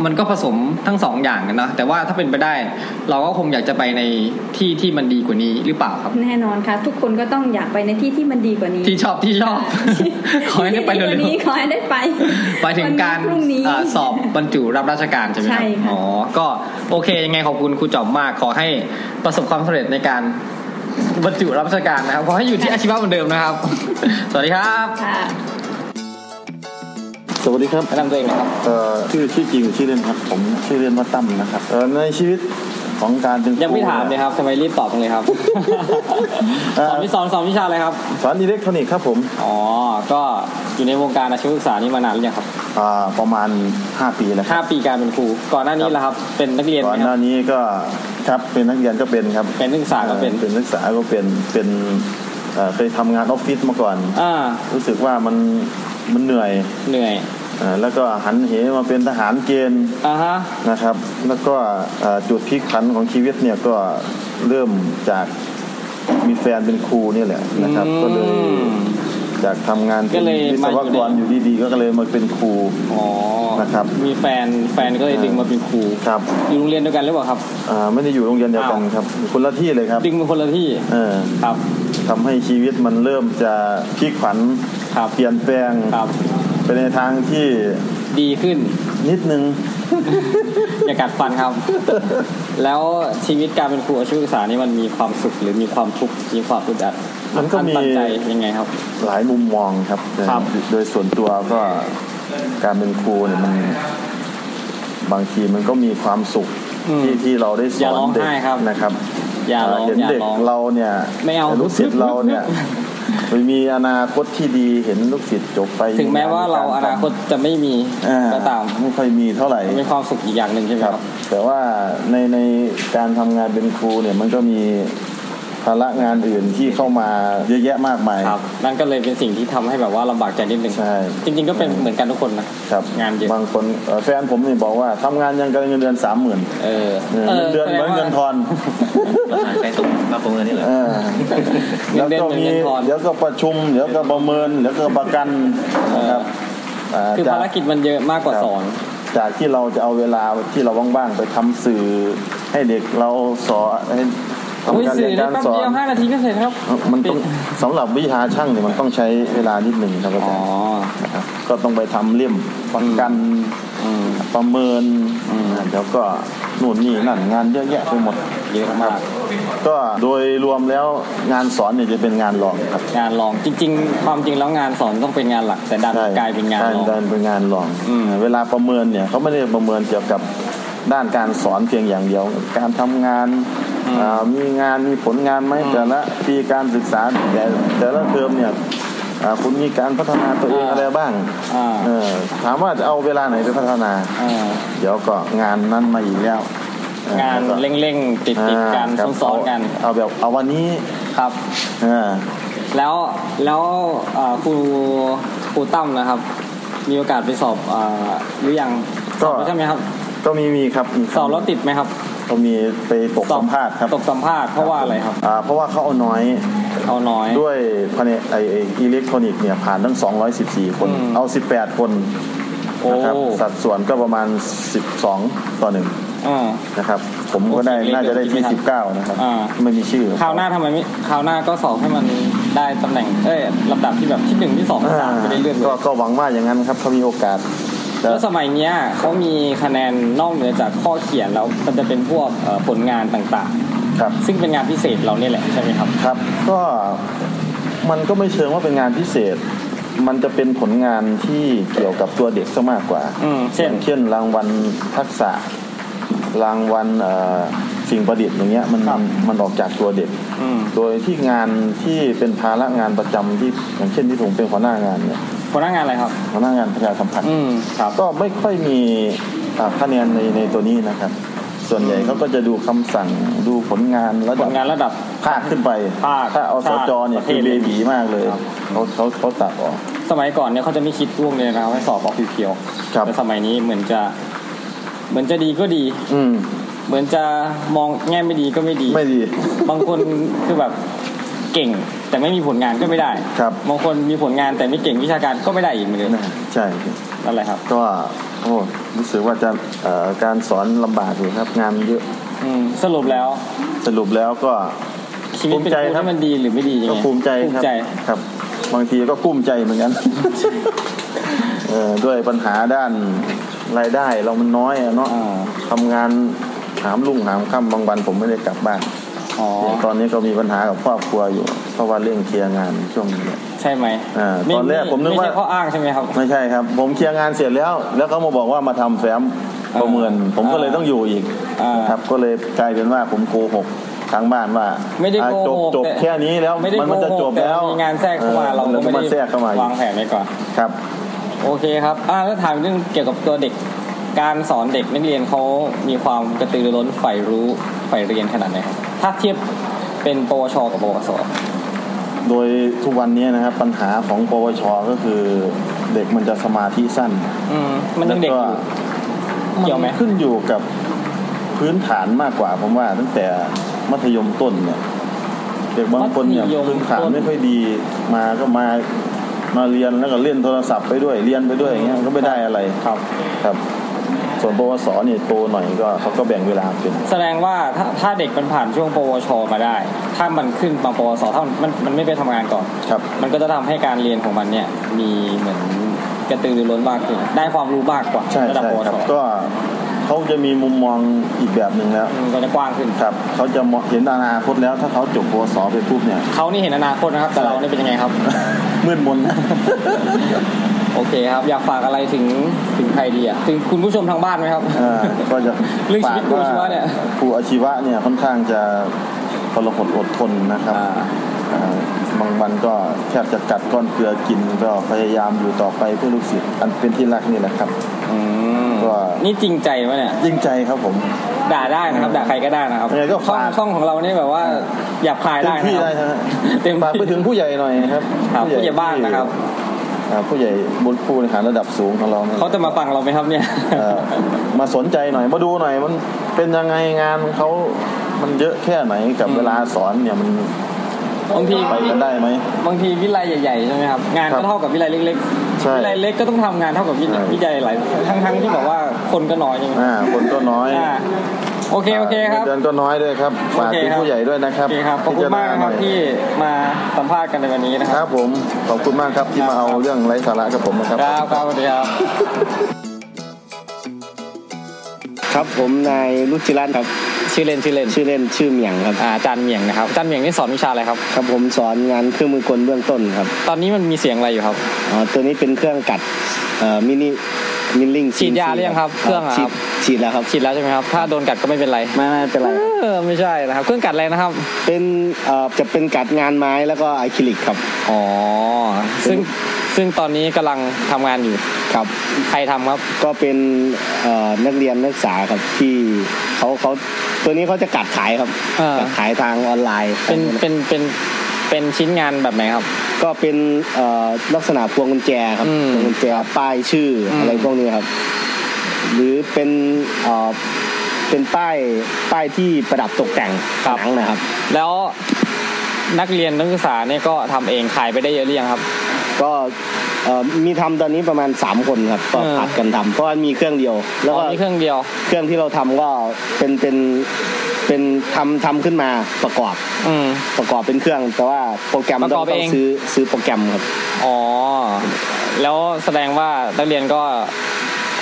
มันก็ผสมทั้งสองอย่างกันนะแต่ว่าถ้าเป็นไปได้ เราก็คงอยากจะไปในที่ที่มันดีกว่านี้หรือเปล่าครับ แน่นอนค่ะ ทุกคนก็ต้องอยากไปในที่ที่มันดีกว่านี้ ที่ชอบที่ชอบ ขอให้ได้ไปเร็ว ที่ดีกว่านี้ขอให้ได้ไป ๆไปถึงการ วันพรุ่งนี้ อ่าสอบบรรจุรับราชการใช่ไหมค ใช่ รับ ค่ะ อ๋อก็โอเคยังไงขอบคุณครูจอมมาก ขอให้ประสบความสำเร็จในการบรรจุรับราชการนะครับขอให้อยู่ที่อาชีวะเหมือนเดิมนะครับ สวัสดีครับ ค่ะ สวัสดีครับ แนะนำตัวเองหนะครับ เอ่อชื่อชื่อจริงหรือชื่อเล่นครับ ผมชื่อเล่นว่าตั้มนะครับเอ่อในชีวิตของการเป็นครู ยังไม่ถามเลยครับทำไมรีบตอบจังเลย ครับ สอนวิสอนสอนวิชาอะไรครับ สอนอิเล็กทรอนิกส์ครับผม อ๋อ ก็อยู่ในวงการอาชีวศึกษานี่มานานหรือยังครับ อ่าประมาณ 5 ปีแล้วค ห้า รับ ปีการเป็นครู ก่อนหน้านี้ละครับ เป็นนักเรียน ก่อน ไหม ห ค น้า รับ นี้ก็ครับเป็นนักเรียนก็เป็นครับ เป็นนักศึกษาก็เป็น อ่อเป็นนักศึกษาก็เป็นเป็นเอ่อเคยทำงานออฟฟิศมาก่อน อ่า รู้สึกว่ามันมันเหนื่อย เหนื่อย เอ่อแล้วก็หันเหมาเป็นทหารเกณฑ์ อ่าฮะ นะครับแล้วก็เอ่อจุดพลิกผันของชีวิตเนี่ยก็เริ่มจากมีแฟนเป็นครูเนี่ยแหละนะครับ อืม ก็เลยจากทำงาน ก็ เป็น เลย วิศ มาอยู่ ว ใน กรอยู่ดีๆ ก็เลยมาเป็นครู อ๋อ นะครับ มีแฟน แฟนก็เลยดึงมาเป็นครู ครับ อยู่โรงเรียนเดียวกันหรือเปล่าครับ อ่าไม่ได้อยู่โรงเรียนเดียวกันครับคนละที่เลยครับ ดึงมาคนละที่ เออ ครับ ทำให้ชีวิตมันเริ่มจะพลิกผัน ครับ เปลี่ยนแปลง ครับ ไปในทางที่ ดีขึ้น นิดนึง อย่ากัดฟัน ครับ แล้วชีวิตการเป็นครูอาชีวศึกษานี่มันมีความสุขหรือมีความทุกข์ มีความอึดอัด มันก็ อั มี ตันใจยังไงครับ หลายมุมมองครับ ครับ โดยส่วนตัวก็การเป็นครูเนี่ยมันบางทีมันก็มีความสุข อืม ที่ที่เราได้ส อย่า อน ร้อง เด็ก ไห้ครับ นะครับ อย่าร้อง เห็น อย่า เด็ก ร้อง เราเนี่ย ไม่เอา ลูกศิษย์เรา เนี่ยมีอนาคตที่ดีเห็นลูกศิษย์จบไป ถึงแม้ว่าเราอนาคตจะไม่มี อ่ ก็ตาม ไม่ค่อยมีเท่าไหร่ มันเป็นความสุขอีกอย่างหนึ่งใช่ไหม ค ค รั รั บบ แต่ว่าในในการทำงานเป็นครูเนี่ยมันก็มีภาระงานอื่นที่เข้ามาเยอะแยะมากมาย ครับ นั่นก็เลยเป็นสิ่งที่ทำให้แบบว่าลำบากใจนิดนึง ใช่ จริง ๆ ก็เป็นเหมือนกันทุกคนนะ ครับ งานเยอะ บางคนเอ่อแฟนผมนี่บอกว่าทำงานยังกันเงินเดือนสามหมื่น เออ เงินเดือนเหมือนเงินท อ อน ใช้ตุกมาปรุงอันนี้เหรอ เออ เงิ แล้ว นเดือน ก็ เหมือน มี เงินทอน เดี๋ยวก็ประชุมเดี๋ยวก็ประเมินเดี๋ยวก็ประกันนะครับา คือ จาก ภารกิจมันเยอะมากกว่า ครับ สอน จากที่เราจะเอาเวลาที่เราว่างๆไปทำสื่อให้เด็กเราสอนให้ทำ เฮ้ย การ สื่ เรีย อน ได้แป๊บการสอ เดี น ยวห้านาทีก็เสร็จครับ มันต้องสำหรับวิชาช่างเนี่ยมันต้องใช้เวลานิดหนึ่งครับอา อ๋อจารย์นะครับก็ต้องไปทำเล่มประกัน อืม ประเมิน อืม เดี๋ยวก็นู่นนี่นั่นงานเยอะแยะไปหมด เยอะมาก ก็โดยรวมแล้วงานสอนเนี่ยจะเป็นงานรองครับ งานรองจริง ๆ ความจริงแล้วงานสอนต้องเป็นงานหลัก แต่ดัน ใช่ กลายเป็นงาน ใช่ รอง ดันเป็นงานรอง อืม เวลาประเมินเนี่ยเขาไม่ได้ประเมินเกี่ยวกับด้านการสอนเพียงอย่างเดียว การทำงาน อ่ามีงานมีผลงานไหมแต่ละปีการศึกษาแต่แต่ละเทอมเนี่ยอ่าคุณมีการพัฒนาตัวเอง อ่า อะไรบ้าง อ่า เออถามว่าจะเอาเวลาไหนไปพัฒนา อ่า เดี๋ยวก็งานนั้นมาอีกแล้วเออง านเร่งๆติดติดๆกัน อ่าครับ ซ้อนๆกัน เอาเอาแบบเอาวันนี้ ครับ เออ แล้วแล้วเอ่อครูครูตั้มนะครับ มีโอกาสไปสอบเอ่อหรือยังส ก็ อบแล้วใช่ไหมครับ ก็มีมีครับมีครับ สอบแล้วติดไหมครับ ก็มีไปตกสัมภาษณ์ครับ ตกสัมภาษณ์เพราะว่าอะไรครับ อ่าเพราะว่าเขาเอาน้อย เอาน้อย ด้วยภายในไอไอ้อิเล็กทรอนิกส์เนี่ยผ่านทั้ง 214 คน อืม เอา 18 คน โอ้ นะครับสัดส่วนก็ประมาณ 12 ต่อหนึ่ง อ่า นะครับ ผมก็ได้ โอ้สิบเอ็ด น่าจะได้ที่ เอ็ด 19 นะครับ อ่า ไม่มีชื่อ คราวหน้าทำไมไม่คราวหน้าก็สอบให้มันได้ตำแหน่งเอ้ยลำดับที่แบบที่หนึ่งที่สองที่สามไปเรื่อยๆเล ก็ ย ก็หวังว่าอย่างนั้นครับถ้ามีโอกาสจะ แล้วสมัยเนี้ยเขามีคะแนนนอกเหนือจากข้อเขียนแล้วมันจะเป็นพวกเอ่อผลงานต่าง ครับ ๆ ซึ่งเป็นงานพิเศษเราเนี่ยแหละใช่ไหมครับ ครับ ก็มันก็ไม่เชิงว่าเป็นงานพิเศษ มันจะเป็นผลงานที่เกี่ยวกับตัวเด็กซะมากกว่า อืมเช่น อย่างเช่นรางวัลทักษะ รางวัลเอ่อสิ่งประดิษฐ์อย่างเงี้ยมันมันออกจากตัวเด็ก อืม โดยที่งานที่เป็นภาระงานประจำที่อย่างเช่นที่ผมเป็นหัวหน้างานเนี่ย คนหน้างานอะไรครับ หัวหน้างานประชาสัมพันธ์ อืมครับ ก็ไม่ค่อยมีอ่าคะแนนในในตัวนี้นะครับ ส่วนใหญ่เขาก็จะดูคำสั่งดูผลงานระ ผ ดับ ลงานระดับ ภาคขึ้นไป ภาค ถ้าเอาส ชาติ จเนี่ย ประเท คือ ศ เบบีมากเลย ครับ เขาเขาเขาตัดออก สมัยก่อนเนี่ยเขาจะไม่คิดร่วงเลยนะครับให้สอบออกเพียวๆ ครับ แต่สมัยนี้เหมือนจะ เหมือนจะดีก็ดี อืม เหมือนจะมองแง่ไม่ดีก็ไม่ดี ไม่ดี บางคนคือแบบเก่ง แต่ไม่มีผลงานก็ไม่ได้ ครับ บางคนมีผลงานแต่ไม่เก่งวิชาการก็ไม่ได้อีกเหมือนเดิม นะใช่ นั่นแหละครับ ก็โอ้รู้สึกว่าจะเอ่อการสอนลำบากอยู่ครับ งานเยอะ อืมสรุปแล้ว สรุปแล้วก็ ชีวิตเป็น ภูมิใจ ครู ครับ ที่มันดีหรือไม่ดียัง ก็ ไง ภูมิใจ ภู ครั มิ บ ใจ ครับ บางทีก็กลุ้มใจเหมือน กันเออด้วยปัญหาด้านรายได้เรามันน้อยอะเนาะ อ่า ทำงานหามลุ่งหามค่ำบางวันผมไม่ได้กลับบ้าน อ๋อ ตอนนี้ก็มีปัญหากับครอบครัวอยู่ เพราะว่าเร่งเคลียร์งานช่วงนี้ ใช่ไหม อ่าตอนแรกผมนึกว่า ไใช่ข้ออ้างใช่ไหมครับ ไม่ใช่ครับ ผมเคลียร์งานเสร็จแล้ว แล้วเขามาบอกว่ามาทำแฟ้มประเมิน ผมก็เลยต้องอยู่อีก อ่า ครับ ก็เลยกลายเป็นว่าผมโกหกทางบ้านว่า ไม่ได้ อ่า โก จบ หก จบ แต่ แค่นี้แล้ว ไม่ได้ มันมันจะ โกห จ ก บแล้ว ต่มีงานแทรกเข้ามา ออ เราก็ น ไม่ ก็ ได้ มาแทรกเข้ามาอีก วางแผนไว้ก่อน ครับ โอเคครับอ่าแล้วถามเรื่องเกี่ยวกับตัวเด็ก การสอนเด็กนักเรียนเขามีความกระตือรือร้นใฝ่รู้ใฝ่เรียนขนาดไหนครับ ถ้าเทียบเป็นปวช กับปวส โดยทุกวันนี้นะครับปัญหาของปวชก็คือเด็กมันจะสมาธิสั้น อืมมันยังเด็กอ แล้ว ยู่ มั เกี่ยวไหม นขึ้นอยู่กับพื้นฐานมากกว่าผมว่า ตั้งแต่มัธยมต้นเนี่ย เด็กบางคนเนี่ย มัธยม พื้นฐาน ต้น ไม่ค่อยดีมาก็มามาเรียนแล้วก็เล่นโทรศัพท์ไปด้วยเรียนไปด้วยอย่างเงี้ยก็ไม่ได้อะไรครับครับ ส่วนปวสเนี่ยโตหน่อยก็เขาก็แบ่งเวลาเป็น แสดงว่าถ้าถ้าเด็กมันผ่านช่วงปวช มาได้ ถ้ามันขึ้นมาปวส ถ้ามันมันมันไม่ไปทำงานก่อน ครับ มันก็จะทำให้การเรียนของมันเนี่ย มีเหมือนกระตือรือร้นมากขึ้น ได้ความรู้มากกว่า ใช่ ระดับ ใช่ ปว ครั ช บ ก็เขาจะมีมุมมองอีกแบบหนึ่งแล้ว อืมก็จะกว้างขึ้น ครับเขาจะมองเห็นอนาคตแล้วถ้าเขาจบปวสไปปุ๊บเนี่ย เขานี่เห็นอนาคตนะครับ แต่เรานี่เป็นยังไงครับ มืดมน โอเคครับ อยากฝากอะไรถึงถึงใครดีอ่ะถึงคุณผู้ชมทางบ้านไหมครับ เออก็จะ เรื่องชีวิตครูอาชีวะเนี่ย ครูอาชีวะเนี่ยค่อนข้างจะทรหดอดทนนะครับ อ่า เอ่อบางวันก็แทบจะกัดก้อนเกลือกินก็พยายามอยู่ต่อไปเพื่อลูกศิษย์อันเป็นที่รักนี่แหละครับ อืม ก็ นี่จริงใจไหมเนี่ย ยิ่งใจครับผม ด่าได้นะครับ ด่าใครก็ได้นะครับ ยังไงก็ ช่อง ฝาก ช่องของเรานี่แบบว่าหยาบคาย เต็ ได้ ม นะ ที่ ครั ได้ บ ฮะ เต็มที่ ฝากไปถึงผู้ใหญ่หน่อยครับ ครับผู้ใหญ่บ้านนะครับ ที่อ่าผู้ใหญ่บนผู้บริหารระดับสูงของเรานี่ย เขาจะมาฟังเราไหมครับเนี่ย เอ่อมาสนใจหน่อยมาดูหน่อยมันเป็นยังไงงานเขามันเยอะแค่ไหนกับ อืม เวลาสอนเนี่ยมัน บางที ไปกันได้ไหม บางทีวิไลใหญ่ๆใช่ไหมครับงาน ครั ก็ บ เท่ากับวิไลเล็ก ใช่ ๆวิไลเล็กก็ต้องทำงานเท่ากับวิ ใช่ วิไลหลายทั้งทั้งที่แบบว่าคนก็น้อยใช่ไหม อ่าคนก็น้อย อ่าโอเคโอเคครับ เงินดือนก็น้อยด้วยครับฝาก โอเค ถึง ครับ ผู้ใหญ่ด้วยนะครับ โอเคครับขอบคุณมากนะ พิจณห ค น่ รั อบ ย ที่มาสัมภาษณ์กันในวันนี้นะค ครับ รับผมขอบคุณมากครับที่มาเอาเรื่องไร้สาระกับผมนะครับ ครับครับสวัสดีครับ ครับผมนายรุจิรัตน์ครับ ชื่อเล่นชื่อเล่น ชื่อเล่นชื่อเหมียงครับ อ่าอาจารย์เหมียงนะครับอาจารย์เหมียงนี่สอนวิชาอะไรครับ ครับผมสอนงานเครื่องมือกลเบื้องต้นครับ ตอนนี้มันมีเสียงอะไรอยู่ครับ อ๋อตัวนี้เป็นเครื่องกัดเอ่อมินิ มิลลิ่ง ฉีดยาหรือยังครับเครื่องอะครับ ฉีดฉีดแล้วครับ ฉีดแล้วใช่ไหมครับ ถ้าโดนกัดก็ไม่เป็นไร ไม่ไม่เป็นไรครับ เออไม่ใช่นะครับ เครื่องกัดอะไรนะครับ เป็นเอ่อจะเป็นกัดงานไม้แล้วก็อะคริลิกครับ อ๋อ ซึ่งซึ่งตอนนี้กำลังทำงานอยู่ ครับ ใครทำครับ ก็เป็นเอ่อนักเรียนนักศึกษาครับที่เขาเขาตัวนี้เขาจะกัดขายครับ อ่า กัดขายทางออนไลน์ เป็นเป็นเป็นเป็นชิ้นงานแบบไหนครับ ก็เป็นเอ่อลักษณะพวงกุญแจครับ อืม พวงกุญแจป้ายชื่อ อืม อะไรพวกนี้ครับ หรือเป็นเอ่อเป็นป้ายป้ายที่ประดับตกแต่งผนังนะครับ แล้วนักเรียนนักศึกษาเนี่ยก็ทำเองขายไปได้เยอะหรือยังครับ ก็เอ่อมีทำตอนนี้ประมาณ 3 คนครับ ก็ อ่า ผัดกันทำเพราะว่ามีเครื่องเดียว แล้วก็ อ๋อมีเครื่องเดียว เครื่องที่เราทำก็เป็นเป็นเป็นทำทำขึ้นมาประกอบ อืม ประกอบเป็นเครื่อง แต่ว่าโปรแกรม ประกอต้อง บ ต้อง เอง ซื้อซื้อโปรแกรมครับ อ๋อ แล้วแสดงว่านักเรียนก็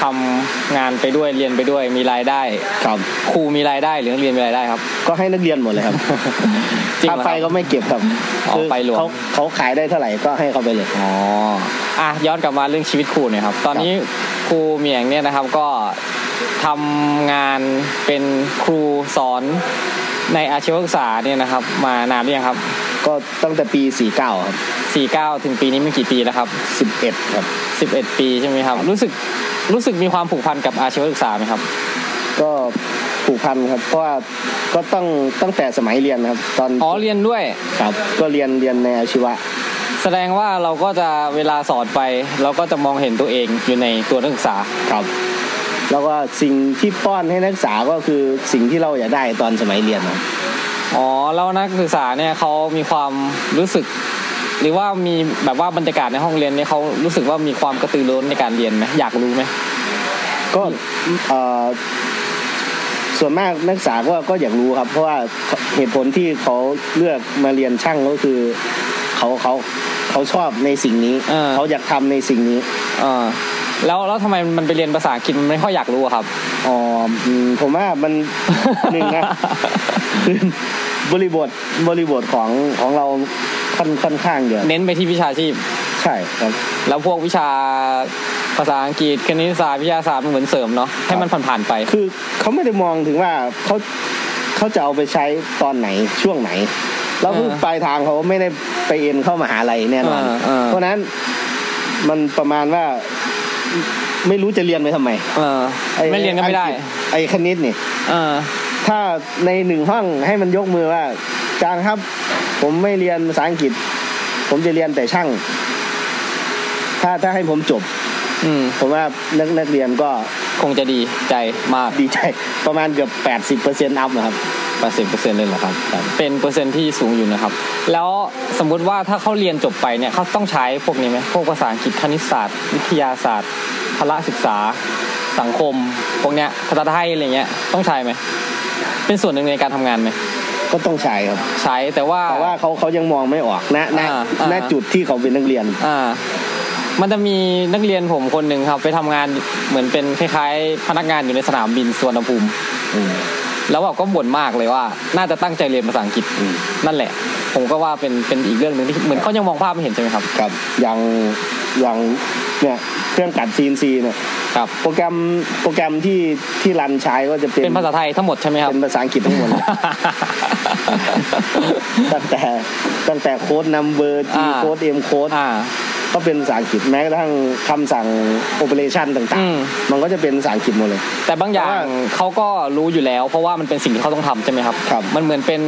ทำงานไปด้วยเรียนไปด้วยมีรายได้ ครับ ครูมีรายได้หรือนักเรียนมีรายได้ครับ ก็ให้นักเรียนหมดเลยครับ จริงเหรอ ค่าไฟก็ไม่เก็บครับ อ๋อ คือ ไปหลวง เขาเขาขายได้เท่าไหร่ก็ให้เขาไปเลย อ๋ออ่ะย้อนกลับมาเรื่องชีวิตครูเนี่อยครับ ตอนนี้ครูเหมียงเนี่ยนะครับก็ทำงานเป็นครูสอนในอาชีวศึกษาเนี่ยนะครับ มานานหรือยังครับ ก็ตั้งแต่ปี 49 ครับ 49 ถึงปีนี้มันกี่ปีแล้วครั 11 ครับ บ 11 ปีใช่ไหมครับ รู้สึกรู้สึกมีความผูกพันกับอาชีวศึกษาไหมครับ ก็ผูกพันครับ เพราะว่าก็ตั้งตั้งแต่สมัยเรียนนะครับ ตอน อ๋อเรียนด้วย ครับก็เรียนเรียนในอาชีวะ แสดงว่าเราก็จะเวลาสอนไป เราก็จะมองเห็นตัวเองอยู่ในตัวนักศึกษา ครับ แล้วก็สิ่งที่ป้อนให้นักศึกษาก็คือสิ่งที่เราอยากได้ตอนสมัยเรียนครับ อ๋อแล้วนักศึกษาเนี่ยเขามีความรู้สึก หรือว่ามีแบบว่าบรรยากาศในห้องเรียนเนี่ยเขารู้สึกว่ามีความกระตือรือร้นในการเรียนไหมอยากรู้ไหม ก็เอ่อส่วนมากนักศึกษาก็ก็อยากรู้ครับ เพราะว่าเหตุผลที่เขาเลือกมาเรียนช่างก็คือเขาเขาเขาชอบในสิ่งนี้เขาอยากทำในสิ่งนี้ เออแล้วแล้วทำไมมันไปเรียนภาษาอังกฤษมันไม่ค่อยอยากรู้อะครับ อ๋ออืมผมว่ามัน หนึ่ง นะคือบริบทบริบทของของเราค่อนค่อนข้างเยอะ เน้นไปที่วิชาชีพ ใช่ครับ แล้วพวกวิชาภาษาอังกฤษคณิตศาสตร์วิทยาศาสตร์มันเหมือนเสริมเนาะให้มันผ่านๆไป คือเขาไม่ได้มองถึงว่าเขาเขาจะเอาไปใช้ตอนไหนช่วงไหน แล้ว เออ ปลายทางเขาไม่ได้ไปเอ็นเข้ามหาลัยแน่นอน เออเออ เพราะฉะนั้นมันประมาณว่าไม่รู้จะเรียนไปทำไม เออไม่เรียนก็ไม่ได้ อังฤษไอ้คณิตนี่ เออ ถ้าในหนึ่งห้องให้มันยกมือว่าจางครับ ผมไม่เรียนภาษาอังกฤษ ผมจะเรียนแต่ช่าง ถ้าถ้าให้ผมจบ อืม ผมว่านักนักเรียนก็ คงจะดีใจมาก ดีใจประมาณเกือบแปดสิบเปอร์เซ็นต์อัพนะครับ 80%เลยเหรอครับ เป็นเปอร์เซ็นต์ที่สูงอยู่นะครับ แล้วสมมุติว่าถ้าเขาเรียนจบไปเนี่ยเขาต้องใช้พวกนี้ไหมพวกภาษาอังกฤษคณิตศาสตร์ วิทยาศาสตร์พละศึกษา สังคม พวกเนี้ยภาษาไทยอะไรเงี้ยต้องใช้ไหมเป็นส่วนหนึ่งในการทำงานไหม ก็ต้องใช้ครับ ใช้แต่ว่า แต่ว่าเขาเขายังมองไม่ออกนะนะ อ่าอ่า ณจุดที่เขาเป็นนักเรียน อ่ามันจะมีนักเรียนผมคนหนึ่งครับ ไปทำงานเหมือนเป็นคล้ายๆ พนักงานอยู่ในสนามบินสุวรรณภูมิ แล้วแบบก็บ่นมากเลยว่า น่าจะตั้งใจเรียนภาษาอังกฤษ อืม นั่นแหละ ผมก็ว่าเป็นเป็นอีกเรื่องหนึ่งที่เหมือนเขายังมองภาพไม่เห็นใช่ไหมครับ ครับอย่างอย่างเนี่ยเครื่องกัดซีนซีเนี่ย ครับ โปรแกรมโปรแกรมที่ที่รันใช้ก็จะเป็น เป็นภาษาไทยทั้งหมดใช่ไหมครับ เป็นภาษาอังกฤษทั้งหมดเลย ตั้งแต่ตั้งแต่โค้ดนัมเบอร์จี อ่า โค้ดเอ็มโค้ด อ่า ก็เป็นภาษาอังกฤษแม้กระทั่งคำสั่งโอเปอเรชันต่า อื ง ม ๆ มันก็จะเป็นภาษาอังกฤษหมดเลย แต่บางอย่า แต่ ง ว่า เขาก็รู้อยู่แล้ว เพราะว่ามันเป็นสิ่งที่เขาต้องทำใช่ไหมครับ ครับ มันเหมือนเป็น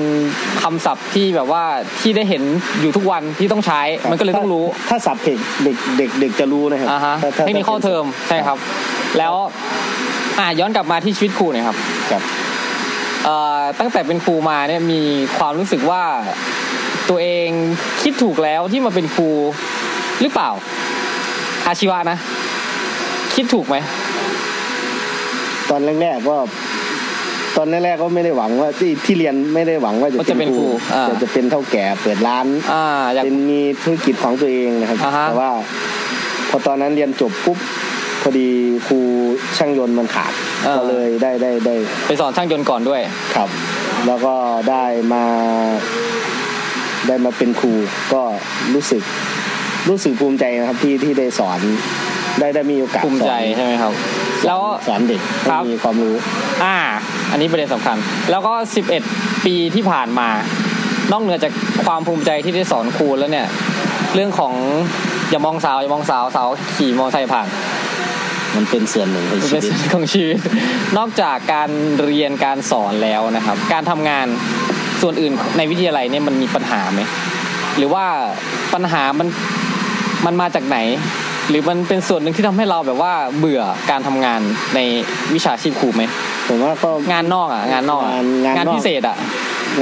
คำศัพท์ที่แบบว่าที่ได้เห็นอยู่ทุกวันที่ต้องใช้ ครับ มันก็เลยต้องรู้ ถ้าสับเด็กเด็กเด็กเด็กจะรู้นะครับ อ่าฮะ ถ้าถ้า เทคนิคข้อเทอมใช่ครับ แล้วอ่าย้อนกลับมาที่ชีวิตครูเนี่อยครับ ครับ เอ่อตั้งแต่เป็นครูมาเนี่ยมีความรู้สึกว่าตัวเองคิดถูกแล้วที่มาเป็นครูหรือเปล่า อาชีวะนะ คิดถูกไหม ตอนแรกๆก็ตอนแรกๆก็ไม่ได้หวังว่าที่ที่เรียนไม่ได้หวังว่าจะ ว่าจะเป็นครูอ่า แต่จะเป็นเท่าแก่เปิดร้าน อ่าอยาก เป็นมีธุรกิจของตัวเองนะครับ อ่าฮะ แต่ว่า พอตอนนั้นเรียนจบปุ๊บพอดีครูช่างยนต์มันขาด เอ่อ ก็เลยได้ได้ได้ ไปสอนช่างยนต์ก่อนด้วย ครับ แล้วก็ได้มา ได้มาเป็นครูก็รู้สึก รู้สึกภูมิใจนะครับที่ที่ได้สอน ได้ได้มีโอกาส ภูมิ ส ใจ อน ใช่ไหมครับ แล้ว สอนเด็ก ครับให้มีความรู้ อ่า อันนี้ประเด็นสำคัญ แล้วก็ 11 ปีที่ผ่านมา นอกเหนือจากความภูมิใจที่ได้สอนครูแล้วเนี่ย เรื่องของอย่ามองสาวอย่ามองสาวสาวขี่มอเตอร์ไซค์ผ่าน มันเป็นส่วนหนึ่ง ของชี เป็น วิต ส่วนของชีวิต นอกจากการเรียนการสอนแล้วนะครับ การทำงานส่วนอื่นในวิทยาลัยเนี่ยมันมีปัญหาไหม หรือว่าปัญหามันมันมาจากไหน หรือมันเป็นส่วนหนึ่งที่ทำให้เราแบบว่าเบื่อการทำงานในวิชาชีพครูไหม ผมว่าก็ งานนอกอ่ะ งานนอกอะ งานงานนอก งานพิเศษอ่ะ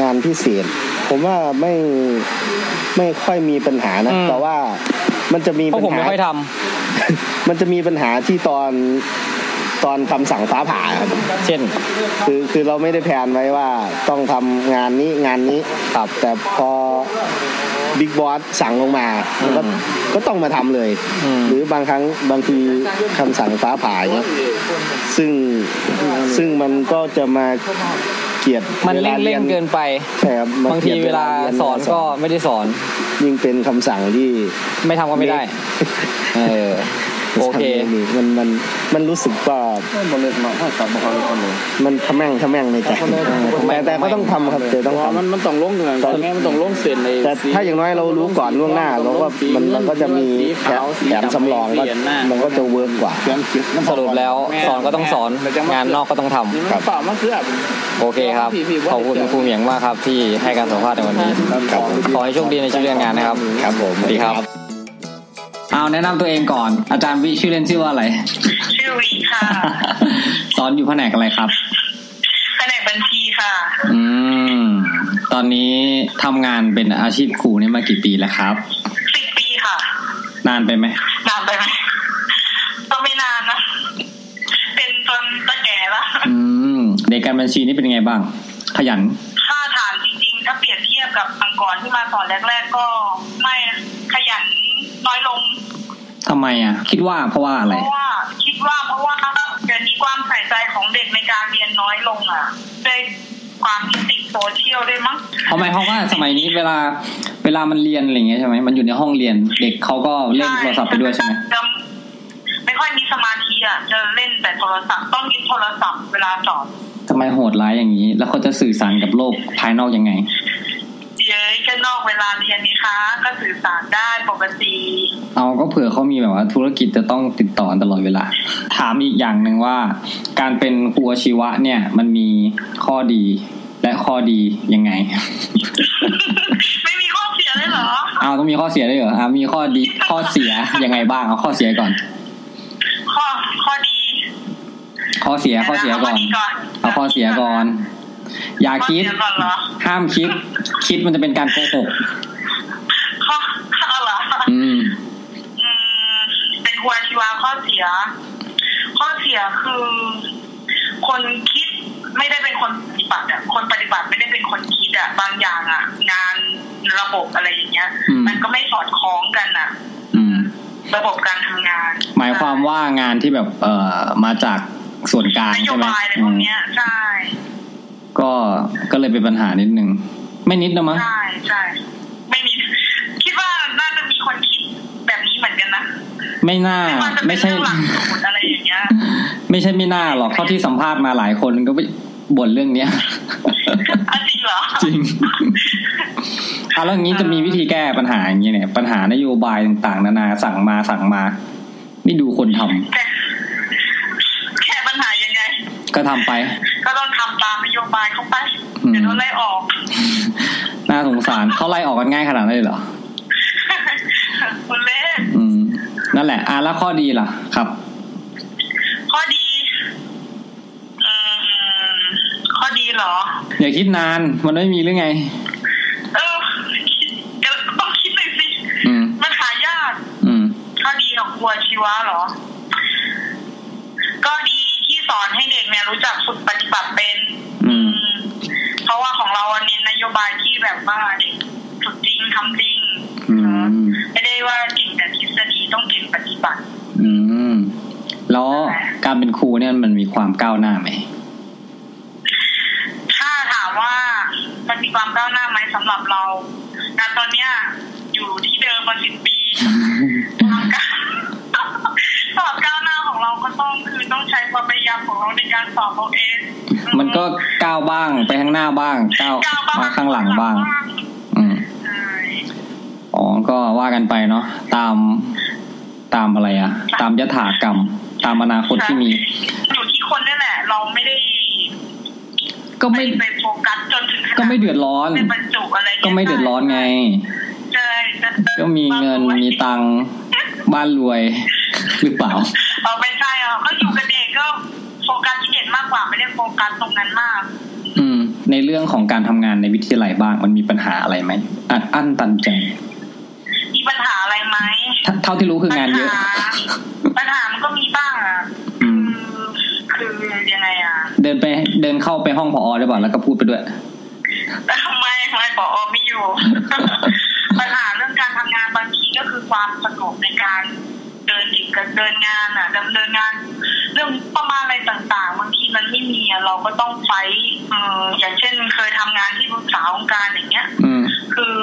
งานพิเศษ ผมว่าไม่ไม่ค่อยมีปัญหานะ อืม แต่ว่ามันจะมี เพ ปั ราะ ญ ผม หา ไม่ค่อยทำ มันจะมีปัญหาที่ตอนตอนคำสั่งฟ้าผ่าครับ เช่น คือคือเราไม่ได้แพลนไว้ว่าต้องทำงานนี้งานนี้ ครับ แต่พอบิ๊กบอสสั่งลงมามันก็ก็ต้องมาทำเลย อืม หรือบางครั้งบางทีคำสั่งฟ้าผ่าอย่างเงี้ยซึ่งซึ่งมันก็จะมาเกลียด มันเร่งเร่งเกินไป ใช่ครับม บาง ก ที ยด เวลาสอนก็ไม่ได้สอน ยิ่งเป็นคำสั่งที่ ไม่ทำก็ไม่ได้ เอ อ โอเค มันมันมันรู้สึกว่ามันทำแม่งทำแม่งในใจแต่แต่ก็ต้องทำครับแต่ต้องท มันมันต้องลงเงินตอนนี้มันต้องลงเซ็นใน ำแต่ถ้าอย่างน้อยเรารู้ก่อนล่วงหน้าเราก็มันมันก็จะมีแผนแผนสำรองก็มันก็จะเวิร์กกว่า สรุปแล้วสอนก็ต้องสอนงานนอกก็ต้องมทำันเปล่ามันคือแบบ โอเคครับ ขอบคุณครูเหมียงมากครับที่ให้การสัมภาษณ์ในวันนี้ ขอให้โชคดีในชีวิตการงานนะครับ ครับผม สวัสดีครับ เอาแนะนำตัวเองก่อน อาจารย์วิชื่อเล่นชื่อว่าอะไร ชื่อวิค่ะ สอนอยู่แผนกอะไรครับ แผนกบัญชีค่ะ อืม ตอนนี้ทำงานเป็นอาชีพครูนี่มากี่ปีแล้วครับ สิบปีค่ะ นานไปไหม นานไปไหมก็ไม่นานนะ เป็นจนตะแก่ละ อืมในการบัญชีนี่เป็นยังไงบ้าง ขยัน ถ้าถามจริงๆ ถ้าเปรียบเทียบกับอังกรที่มาสอนแรก ๆ ก็ไม่ขยันน้อยลง ทำไมอ่ะ คิดว่าเพราะว่าอะไร เพราะว่าคิดว่าเพราะว่าเดี๋ยวนี้ความใส่ใจของเด็กในการเรียนน้อยลงอ่ะด้วยความที่ติดโซเชียลด้วยมั้ง เพราะหมายความว่าสมัยนี้เวลาเวลามันเรียนอะไรอย่างเงี้ยใช่ไหมมันอยู่ในห้องเรียน เด็กเขาก็เล่นโทรศัพท์ไปด้วยใช่ไหม จะไม่ค่อยมีสมาธิอ่ะ จะเล่นแต่โทรศัพท์ ต้องยึดโทรศัพท์เวลาสอน ทำไมโหดร้ายอย่างนี้ แล้วเขาจะสื่อสารกับโลกภายนอกยังไง เย้ยจะนอกเวลาเรียนนี่คะ ก็สื่อสารได้ปกติ เอาก็เผื่อเขามีแบบว่า ธุรกิจจะต้องติดต่อตลอดเวลา ถามอีกอย่างหนึ่งว่า การเป็นครูอาชีวะเนี่ย มันมีข้อดีและข้อดียังไง ไม่มีข้อเสียเลยเหรอ เอาต้องมีข้อเสียด้วยเหรออ่ะมีข้อดีข้อเสียยังไงบ้างเอาข้อเสียก่อน ข้อข้อดี ข้อเสียข้อเสียก่อน ดี๋วนะ เอาข้อเสียก่อน อย่า ข้อดี คิด ข้อเสียก่อนเหรอ ห้ามคิด คิดมันจะเป็นการโกหก ข้อข้อเหรอ อืม อืมเป็นครูอาชีวะข้อเสีย ข้อเสียคือ คนคิดไม่ได้เป็นคนปฏิบัติอ่ะ คนปฏิบัติไม่ได้เป็นคนคิดอ่ะ บางอย่างอ่ะ งานระบบอะไรอย่างเงี้ย อืม มันก็ไม่สอดคล้องกันอ่ะ อืม ระบบการทำงาน หมายความว่างานที่แบบเอ่อมาจากส่วนกลาง นโย ใช่ไหม บายอะไร อื พว ม กเนี้ย ใช่ ก็ก็เลยเป็นปัญหานิดนึงไม่นิดนะมั้ง ใช่ใช่ไม่มี คิดว่าน่าจะมีคนคิดแบบนี้เหมือนกันนะ ไม่น่า ไม่ว่าจะเป็ ไม่ น ใช่ เรื่องหลักสูตรอะไรอย่าง เงี้ย ไม่ใช่ไม่น่าหรอกเท่าที่สัมภาษณ์มาหลายคนก็บ่นเรื่องเนี้ย อ่ะจริงเหรอ จริงอ่ะแล้วอย่างนี้จะมีวิธีแก้ปัญหาอย่างนี้เนี่ย ปัญหานโยบายต่างๆ นานาสั่งมาสั่งมา ไม่ดูคนทำ แก้แค่ปัญหายังไง ก็ทำไป ก็ต้องทำตามนโยบายเข้าไป อืม เดี๋ยวโดนไล่ออก น่าสงสารเขาไล่ออกกันง่ายขนาดนั้นเลยเหรอ คุณเล่น อืม นั่นแหละ อ่ะแล้วข้อดีล่ะ ครับ ข้อดีอืมข้อดีเหรอ อย่าคิดนานมันไม่มีหรือไง เออคิดเดี๋ยวต้องคิดหน่อยสิ อืม มันหายาก อืม ข้อดีของครัวชีวะเหรอ ก็ดีที่สอนให้เด็กเนี่ยรู้จักฝึกปฏิบัติเป็น อืม อืมเพราะว่าของเราอะเน้นนโยบายที่แบบว่าเด็กฝึกจริงทำจริง อืม ไม่ได้ว่าเก่งแต่ทฤษฎีต้องเก่งปฏิบัติ อืม แล้วการเป็นครูเนี่ยมันมีความก้าวหน้าไหม ถ้าถามว่ามันมีความก้าวหน้าไหมสำหรับเราณตอนเนี้ยอยู่ที่เดิมมาสิบปี ความก้าว ก็ต้องคือต้องใช้ความพยายามของเราในการสอบเราเอง มันก็ก้าวบ้างไปข้างหน้าบ้างก้าวมาข้างหลังบ้าง อืมอ๋อก็ว่ากันไปเนาะตามตามอะไรอะตามยถากรรม ตามอนาคตที่มี อยู่ที่คนนั่นแหละ เราไม่ได้ ก็ไม่ ไปโฟกัสจนถึงขนา ก็ไม่เดือดร้อน เป็นบรรจุอะไร ก็ไม่เดือดร้อนไง ใช่นะ ก็มีเงินมีตังค์บ้านรวย หรือเปล่า เอาไม่ใช่หรอกก็อยู่กับเด็กก็โฟกัสที่เด็กมากกว่าไม่ได้โฟกัสตรงนั้นมาก อืม ในเรื่องของการทำงานในวิทยาลัยบ้างมันมีปัญหาอะไรไหมอัดอั้นตันใจ มีปัญหาอะไรไหม ถ้าเท่าที่รู้คืองานเยอะ ปัญหามันก็มีบ้างอ่ะ อืม คือยังไงอ่ะ เดินไปเดินเข้าไปห้องพอได้ป่ะแล้วก็พูดไปด้วย แต่ทำไมทำไมปออไม่ อยู่ ปัญหาเรื่องการทำงานบางทีก็คือความสงบในการเดินกิจการเดินงานอ่ะดำเนินงาน เรื่องประมาณอะไรต่างๆบางทีมันไม่มีอะเราก็ต้องไฟท์เอ่ออย่างเช่น เคยทำงานที่ปรึกษาองค์การอย่างเงี้ย อืม คือ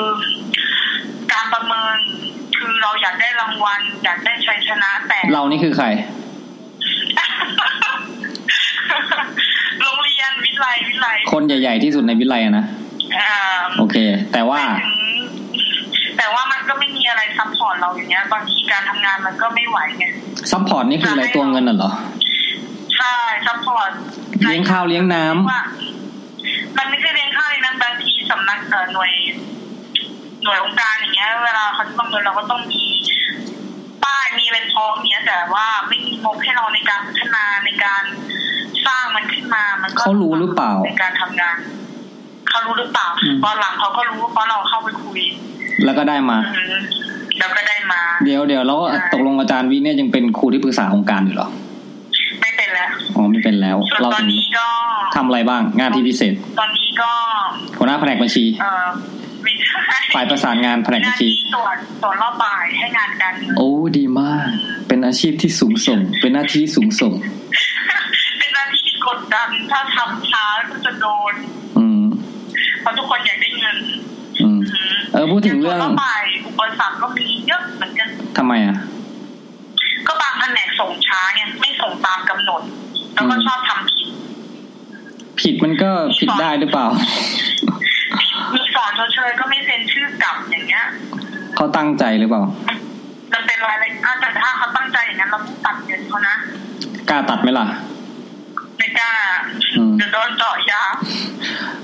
การประเมินคือเราอยากได้รางวัล อยากได้ชัยชนะแต่ เรานี่คือใคร โรงเรียนวิไลวิไล คนใหญ่ ๆ ที่สุดในวิทยาลัยอะนะ อ่า โอเค แต่ว่า แต่ว่ามันก็ไม่มีอะไรซัพพอร์ตเราอย่างเงี้ย บางทีการทำงานมันก็ไม่ไหวไง ซัพพอร์ตนี่คืออะไรตัวเงินน่ะเหรอ ใช่ซัพพอร์ต เลี้ยงข้าวเลี้ยงน้ำ ว่า มันไม่ใช่เรียนค่าเลยนะบางทีสำนักเอ่อหน่วย หน่วยองค์การอย่างเงี้ย เวลาเขาจะประเมินเราก็ต้องมีป้ายมีอะไรพร้อมเนี้ย แต่ว่าไม่มีงบให้เราในการพัฒนาในการสร้างมันขึ้นมา มันก็ เขารู้หรือเปล่า ในการทำงานเขารู้หรือเปล่าตอนหลังเขาก็รู้เพราะเราเข้าไปคุย แล้วก็ได้มา อืมแล้วก็ได้มา เดี๋ยวเดี๋ยวแล้วตกลงอาจารย์วิเนี่ยยังเป็นครูที่ปรึกษาองค์การอยู่เหรอ ไม่เป็นแล้ว อ๋อไม่เป็นแล้ว ส่วน เรา ตอนนี้ก็ ทำอะไรบ้างงานที่พิเศษ ตอนนี้ก็ หัวหน้าแผนกบัญชี เอ่อไม่ใช่ ฝ่ายประสานงานแผนกบัญชี ตรวจตรวจรอบบ่ายให้งานกัน โอ้ดีมาก เป็นอาชีพที่สูงส่ง เป็นหน้าที่สูงส่ง เป็นหน้าที่ที่กดดัน ถ้าทำช้าก็จะโดน อืม เพราะทุกคนอยากได้เงิน อืม เออพูดถึงเรื่อง รอบบ่ายอุปสรรคก็มีเยอะเหมือนกัน ทำไมอ่ะ ก็บางแผนกส่งช้าไงไม่ส่งตามกำหนด แล้วก็ชอบทำผิด ผิดมันก็ผิดได้หรือเปล่า มีสอนเชยๆก็ไม่เซ็นชื่อกลับอย่างเงี้ย เขาตั้งใจหรือเปล่า มันเป็นรายละเอียดอ่ะแต่ถ้าเขาตั้งใจอย่างนั้นเราต้องตัดเงินเขานะ กล้าตัดไหมล่ะ ไม่กล้า อืม เดี๋ยวโดนเจาะยา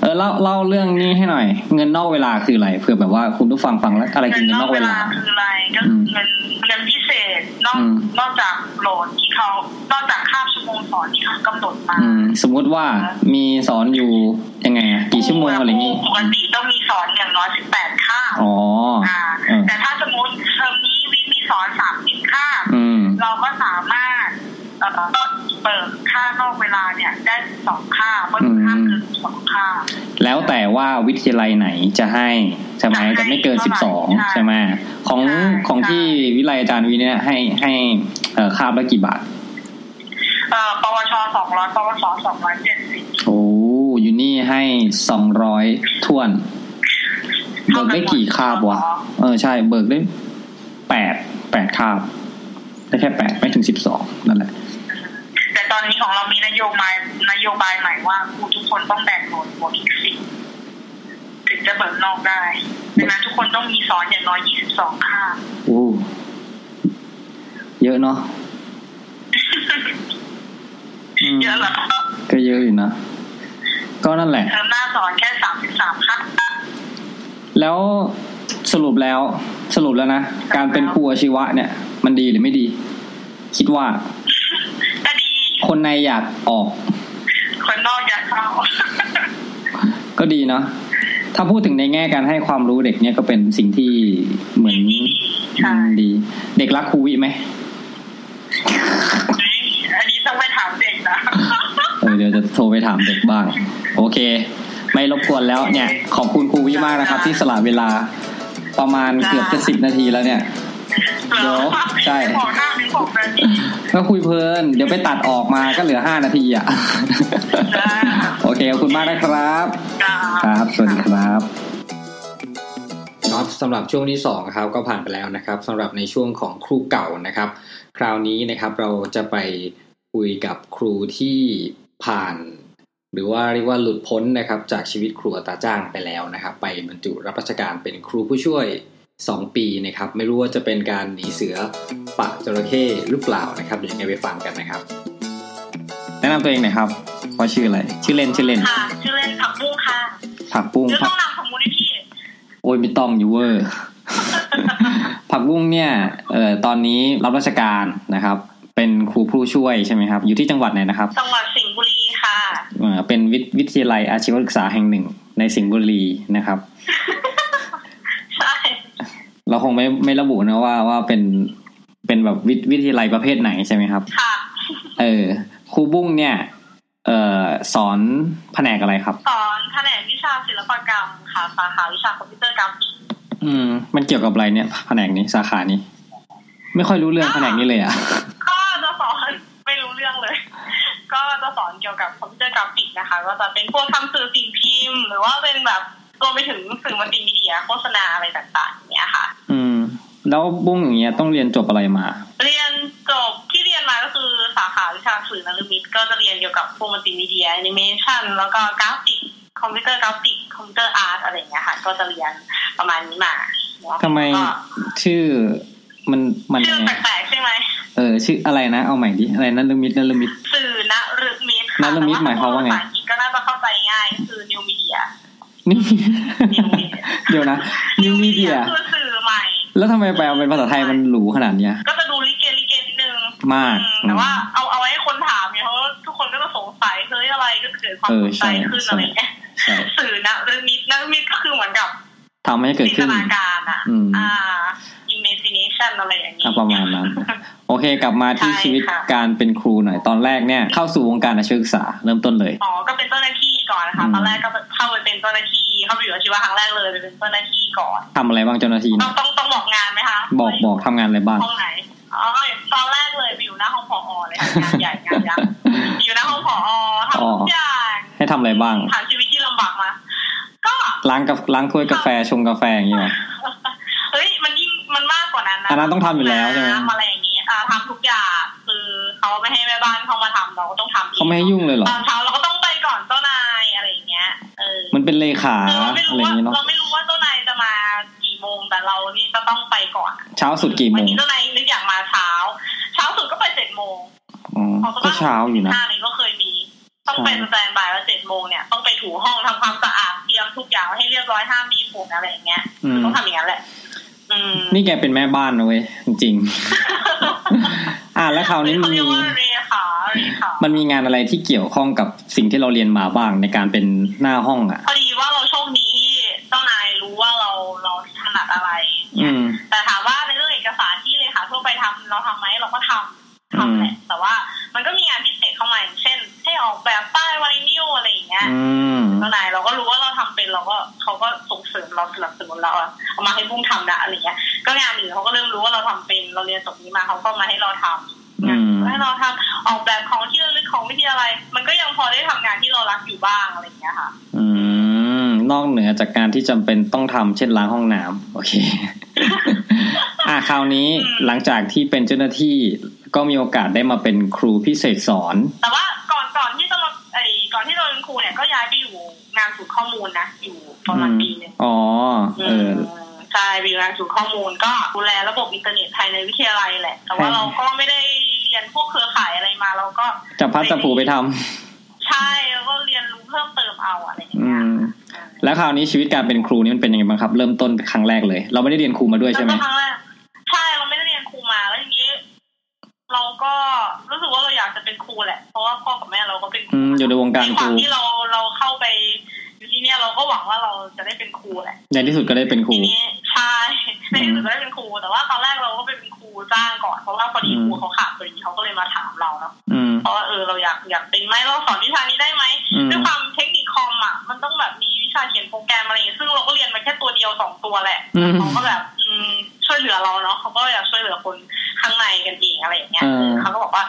เออเล่าเล่าเรื่องนี้ให้หน่อย เงินนอกเวลาคืออะไรเผื่อแบบว่าคุณผู้ฟังฟังแล้วอะไรคือเงินนอกเวลา คืออะไรก็คือเงินเงินพิเศษนอก อืม นอกจากโหลดที่เขานอกจากค่าชั่วโมงสอนที่เขากำหนดมา อืม สมมุติว่ามีสอนอยู่ยังไงอะกี่ชั่วโมงอะไรอย่างงี้ ปกติต้องมีสอนอย่างน้อยสิบแปดคาบ อ๋อ อ่า เออ แต่ถ้าสมมติเทอมนี้วิทย์มีสอนสามสิบคาบ อืม เราก็สามารถเอ่อเปิดค่านอกเวลาเนี่ยได้สองค่าบเพราะค่าบคือสองค่าบ แล้วแต่ว่าวิทยาลัยไหนจะให้ใช่ไหม จะให้ จะไม่เกินสิบสอง เท่าไหร่ ใช่ไหมของ ใช่ ของ ใช่ ที่วิไลอาจารย์วีเนี่ยให้ให้เอ่อคาบละกี่บาท เอ่อปวชสองร้อยปวสสองร้อยเจ็ดสิบ โอ้อยู่นี่ให้สองร้อยท่วน เบิกได้กี่คาบวะ เออใช่ เบิกได้แปดแปดคาบได้แค่แปดไม่ถึงสิบสองนั่นแหละ แต่ตอนนี้ของเรามีนโยบายนโยบายใหม่ว่าครูทุกคนต้องแบ่งโหมดบวกอีกสิบถึงจะเบิกนอกได้ดังนั้นทุกคนต้องมีสอนอย่างน้อยยี่สิบสองค่าบ โอ้เยอะเนาะอืม เยอะเหรอ ก็เยอะอยู่นะ ก็นั่นแหละ เทอมหน้าสอนแค่สามสิบสามค่าบ แล้วสรุปแล้วสรุปแล้วนะ การเป็นครูอาชีวะเนี่ย มันดีหรือไม่ดี คิดว่า คนในอยากออก คนนอกอยากเข้า ก็ดีเนาะถ้าพูดถึงในแง่การให้ความรู้เด็กเนี่ยก็เป็นสิ่งที่เหมือนอืมดี เด็กรักครูวิไหม อันนี้ต้องไปถามเด็กนะ เออเดี๋ยวจะโทรไปถามเด็กบ้าง โอเค ไม่รบกวนแล้วเนี่ย ขอบคุณครูวิมากนะครับ ที่สละเวลาประมาณเกือบจะสิบนาทีแล้วเนี่ย เดี๋ยวใช่ บอกหน้าหรือบอกแบบนี้ ก็คุยเพลิน เดี๋ยวไปตัดออกมาก็เหลือห้านาทีอ่ะ โอเคขอบคุณมากนะครับ ครับ สวัสดีครับ ครับสำหรับช่วงที่สองครับก็ผ่านไปแล้วนะครับสำหรับในช่วงของครูเก่านะครับ คราวนี้นะครับเราจะไป คุยกับครูที่ผ่าน หรือว่าเรียกว่าหลุดพ้นนะครับ จากชีวิตครูอัตราจ้างไปแล้วนะครับ ไปบรรจุรับราชการเป็นครูผู้ช่วย 2 ปีนะครับ ไม่รู้ว่าจะเป็นการหนีเสือปะจระเข้หรือเปล่านะครับเดี๋ยวยังไงไปฟังกันนะครับ แนะนำตัวเองหน่อยครับว่าชื่ออะไร ชื่อเล่นชื่อเล่น ค่ะ ชื่อเล่นผักบุ้งค่ะ ผักบุ้ง ชื่อ ผั ต้ ก องนำของมูลนิธิ โอ้ยไม่ต้องอยู่ เวอร์ ผักบุ้งเนี่ยเอ่อตอนนี้รับราชการนะครับ เป็นครูผู้ช่วยใช่ไหมครับ อยู่ที่จังหวัดไหนนะครับ จังหวัดสิงห์บุรีค่ะ เอ่อเป็นวิทวิทยาลัยอาชีวศึกษาแห่งหนึ่ง ในสิงห์บุรีนะครับ ใช่ เราคงไม่ไม่ระบุนะว่าว่าเป็นเป็นแบบวิทวิทยาลัยประเภทไหนใช่ไหมครับ ค่ะ เออครูบุ้งเนี่ยเอ่อสอนแผนกอะไรครับ สอนแผนกวิชาศิลปกรรมค่ะสาขาวิชาคอมพิวเตอร์กราฟิก อืมมันเกี่ยวกับอะไรเนี่ยแผนกนี้สาขานี้ ไม่ค่อยรู้เรื่องแผนกนี้เลยอ่ะ ก็จะสอนไม่รู้เรื่องเลย ก็จะสอนเกี่ยวกับคอมพิวเตอร์กราฟิกนะคะ ก็จะเป็นพวกทำสื่อสิ่งพิมพ์ หรือว่าเป็นแบบรวมไปถึงสื่อมัลติมีเดียโฆษณาอะไรต่างๆอย่างเงี้ยค่ะ อืม แล้วบุ้งอย่างเงี้ยต้องเรียนจบอะไรมา เรียนจบที่เรียนมาก็คือสาขาวิชาสื่อนารมิตก็จะเรียนเกี่ยวกับพวกมัลติมีเดียแอนิเมชันแล้วก็กราฟิก คอมพิวเตอร์กราฟิก คอมพิวเตอร์อาร์ตอะไรอย่างเงี้ยค่ะ ก็จะเรียนประมาณนี้มาเนอะ ทำไม ก็ ชื่อมันมัน ชื่ ยั อง ไง แปลกๆใช่ไหม เออ ชื่ออะไรนะ เอาใหม่ดิ อะไร นะลมิดนะลมิด สื่อนารมิต นารมิตหมายความว่าไง ภาษาอังกฤษก็น่าจะเข้าใจง่ายคือนิวมีเดีย นี่ เดี๋ยวนะนิวมีเดีย คือสื่อใหม่ แล้วทำไมแปลเป็นภาษาไทยมันหรูขนาดเนี้ย ก็จะดูลิเกลิเกนิดนึง มาก อืมแต่ว่าเอาเอาไว้ให้คนถามเนี่ยเพราะว่าทุกคนก็จะสงสัยเฮ้ยอะไรก็จะเกิดความ เออ สนใจ ใช่ ขึ้น ใช่ อะไรอย่างเงี้ย ใช่ สื่อนะเรื่องมิตนะมิตก็คือเหมือนกับ ทำให้เกิด จิน ขึ้ ต น นาการอ่ะ อืม อ่า imagination อะไรอย่างนี้ อ่ะประมาณนั้น โอเค กลับมาที่ ใช่ ชีวิต ค่ะ การเป็นครูหน่อย ตอนแรกเนี่ย เข้าสู่วงการอาชีวศึกษา เริ่มต้นเลย อ๋อ ก็เป็นเจ้าหน้าที่ก่อนนะคะ อืม ตอนแรกก็เข้าไปเป็นเจ้าหน้าที่เข้าไปอยู่อาชีวะครั้งแรกเลยไปเป็นเจ้าหน้าที่ก่อน ทำอะไรบ้างเจ้าหน้าที่ ต้อ เนี่ ง ย ต้องต้องบอกงานไหมคะ บอกบอกทำงานอะไรบ้าง ห้องไหนอ๋อตอนแรกเลยไปอยู่หน้าห้องผอเลยค่ะงานใหญ่งานยักษ์อยู่หน้าห้องผอทำทุกอย่าง ให้ทำอะไรบ้าง ผ่านชีวิตที่ลำบากมา ล้างกับล้างถ้วยกาแฟชงกาแฟอย่างเงี้ยเหรอ เฮ้ยมันยิ่งมันมากกว่านั้นนะ อันนั้นต้องทำอยู่แล้วใช่ไหม ทำอะไรอย่างนี้อ่าทำทุกอย่างคือเขาไม่ให้แม่บ้านเข้ามาทำเราก็ต้องทำเอง เขาไม่ให้ยุ่งเลยเหรอ ตอนเช้าเราก็ต้องไปก่อนเจ้านายอะไรอย่างเงี้ยเออ มันเป็นเลขาอะไรอย่างเงี้ยเนาะ เราไม่รู้ว่าเจ้านายจะมากี่โมงแต่เรานี่จะต้องไปก่อน เช้าสุดกี่โม วัน ง นี้เจ้านายนึกอยากมาเช้า เช้าสุดก็ไปเจ็ดโมง อ๋อก็เช้าอยู่นะ ห้านี้ก็เคยมี ต้องไปสแตนบายว่าเจ็ดโมงเนี่ยต้องไปถูห้องทำความสะอาดเตรียมทุกอย่างให้เรียบร้อยห้ามมีฝุ่นอะไรอย่างเงี้ย อืม ต้องทำอย่างนั้นแหละ อืม นี่แกเป็นแม่บ้านนะเว้ยจริงๆ อ่าแล้วคราวนี้มันมี มันมีงานอะไรที่เกี่ยวข้องกับสิ่งที่เราเรียนมาบ้างในการเป็นหน้าห้องอ่ะ พอดีว่าเราโชคดีที่เจ้านายรู้ว่าเราเราถนัดอะไร อืม แต่ถามว่าในเรื่องเอกสารที่เลยค่ะทั่วไปทำเราทำไหมเราก็ทำทำแหละ แต่ว่ามันก็มีงานพิเศษเข้ามาอย่างเช่น ให้ออกแบบป้ายไวนิวอะไรอย่างเงี้ย อืม เจ้านายเราก็รู้ว่าเราทำเป็นเราก็เขาก็ส่งเสริมเราสนับสนุนเราอะเอามาให้บุ้งทำนะอะไรเงี้ย ก็งานอื่นเขาก็เริ่มรู้ว่าเราทำเป็นเราเรียนจบนี้มาเขาก็มาให้เราทำ อืม ให้เราทำออกแบบของที่ระลึกของวิทยาลัยมันก็ยังพอได้ทำงานที่เรารักอยู่บ้างอะไรอย่างเงี้ยค่ะ อืม นอกเหนือจากการที่จำเป็นต้องทำเช่นล้างห้องน้ำโอเค อ่าคราวนี้หลังจากที่เป็นเจ้าหน้าที่ก็มีโอกาสได้มาเป็นครูพิเศษสอน แต่ว่าก่อนก่อนที่จะมาไอ้ก่อนที่เราเป็นครูเนี่ยก็ย้ายไปอยู่งานศูนย์ข้อมูลนะอยู่ประมาณปีหนึ่ง อ๋อ เออ ใช่ไปอยู่งานศูนย์ข้อมูลก็ดูแลระบบอินเทอร์เน็ตภายในวิทยาลัยแหละ แต่ครัว่าบ เราก็ไม่ได้เรียนพวกเครือข่ายอะไรมาเราก็ จะพัดจะผูไปทำ ใช่แล้วก็เรียนรู้เพิ่มเติมเอาอะไรอย่างเงี้ย อืม แล้วคราวนี้ชีวิตการเป็นครูนี่มันเป็นยังไงบ้างครับ เริ่มต้นครั้งแรกเลย เราไม่ได้เรียนครูมาด้วยใช่ไหม แล้วก็ครั้งแรกใช่เราไม่ได้เรียนครูมาแล้วทีนี้ เราก็รู้สึกว่าเราอยากจะเป็นครูแหละ เพราะว่าพ่อกับแม่เราก็เป็นครู อืม อยู่ในวงการ ใน ค ควา รู มที่เราเราเข้าไปอยู่ที่เนี่ยเราก็หวังว่าเราจะได้เป็นครูแหละ ในที่สุดก็ได้เป็นครู ใช่ในที่สุดก็ได้เป็นครู แต่ว่าตอนแรกเราก็ไปเป็นครูจ้างก่อนเพราะว่าพอดี อืม ครูเขาขาดพอดีเขาก็เลยมาถามเราเนาะ อืม เพราะว่าเออเราอยากอยากเป็นไหมเราสอนวิชานี้ได้ไหม อืม ด้วยความเทคนิคคอมอ่ะมันต้องแบบมีวิชาเขียนโปรแกรมอะไรอย่างเงี้ยซึ่งเราก็เรียนมาแค่ตัวเดียวสองตัวแหละ อืม เขาก็แบบอืมช่วยเหลือเราเนาะเขาก็อยากช่วยเหลือคนข้างในกันเองอะไรอย่างเงี้ย เออ เขาก็บอกว่า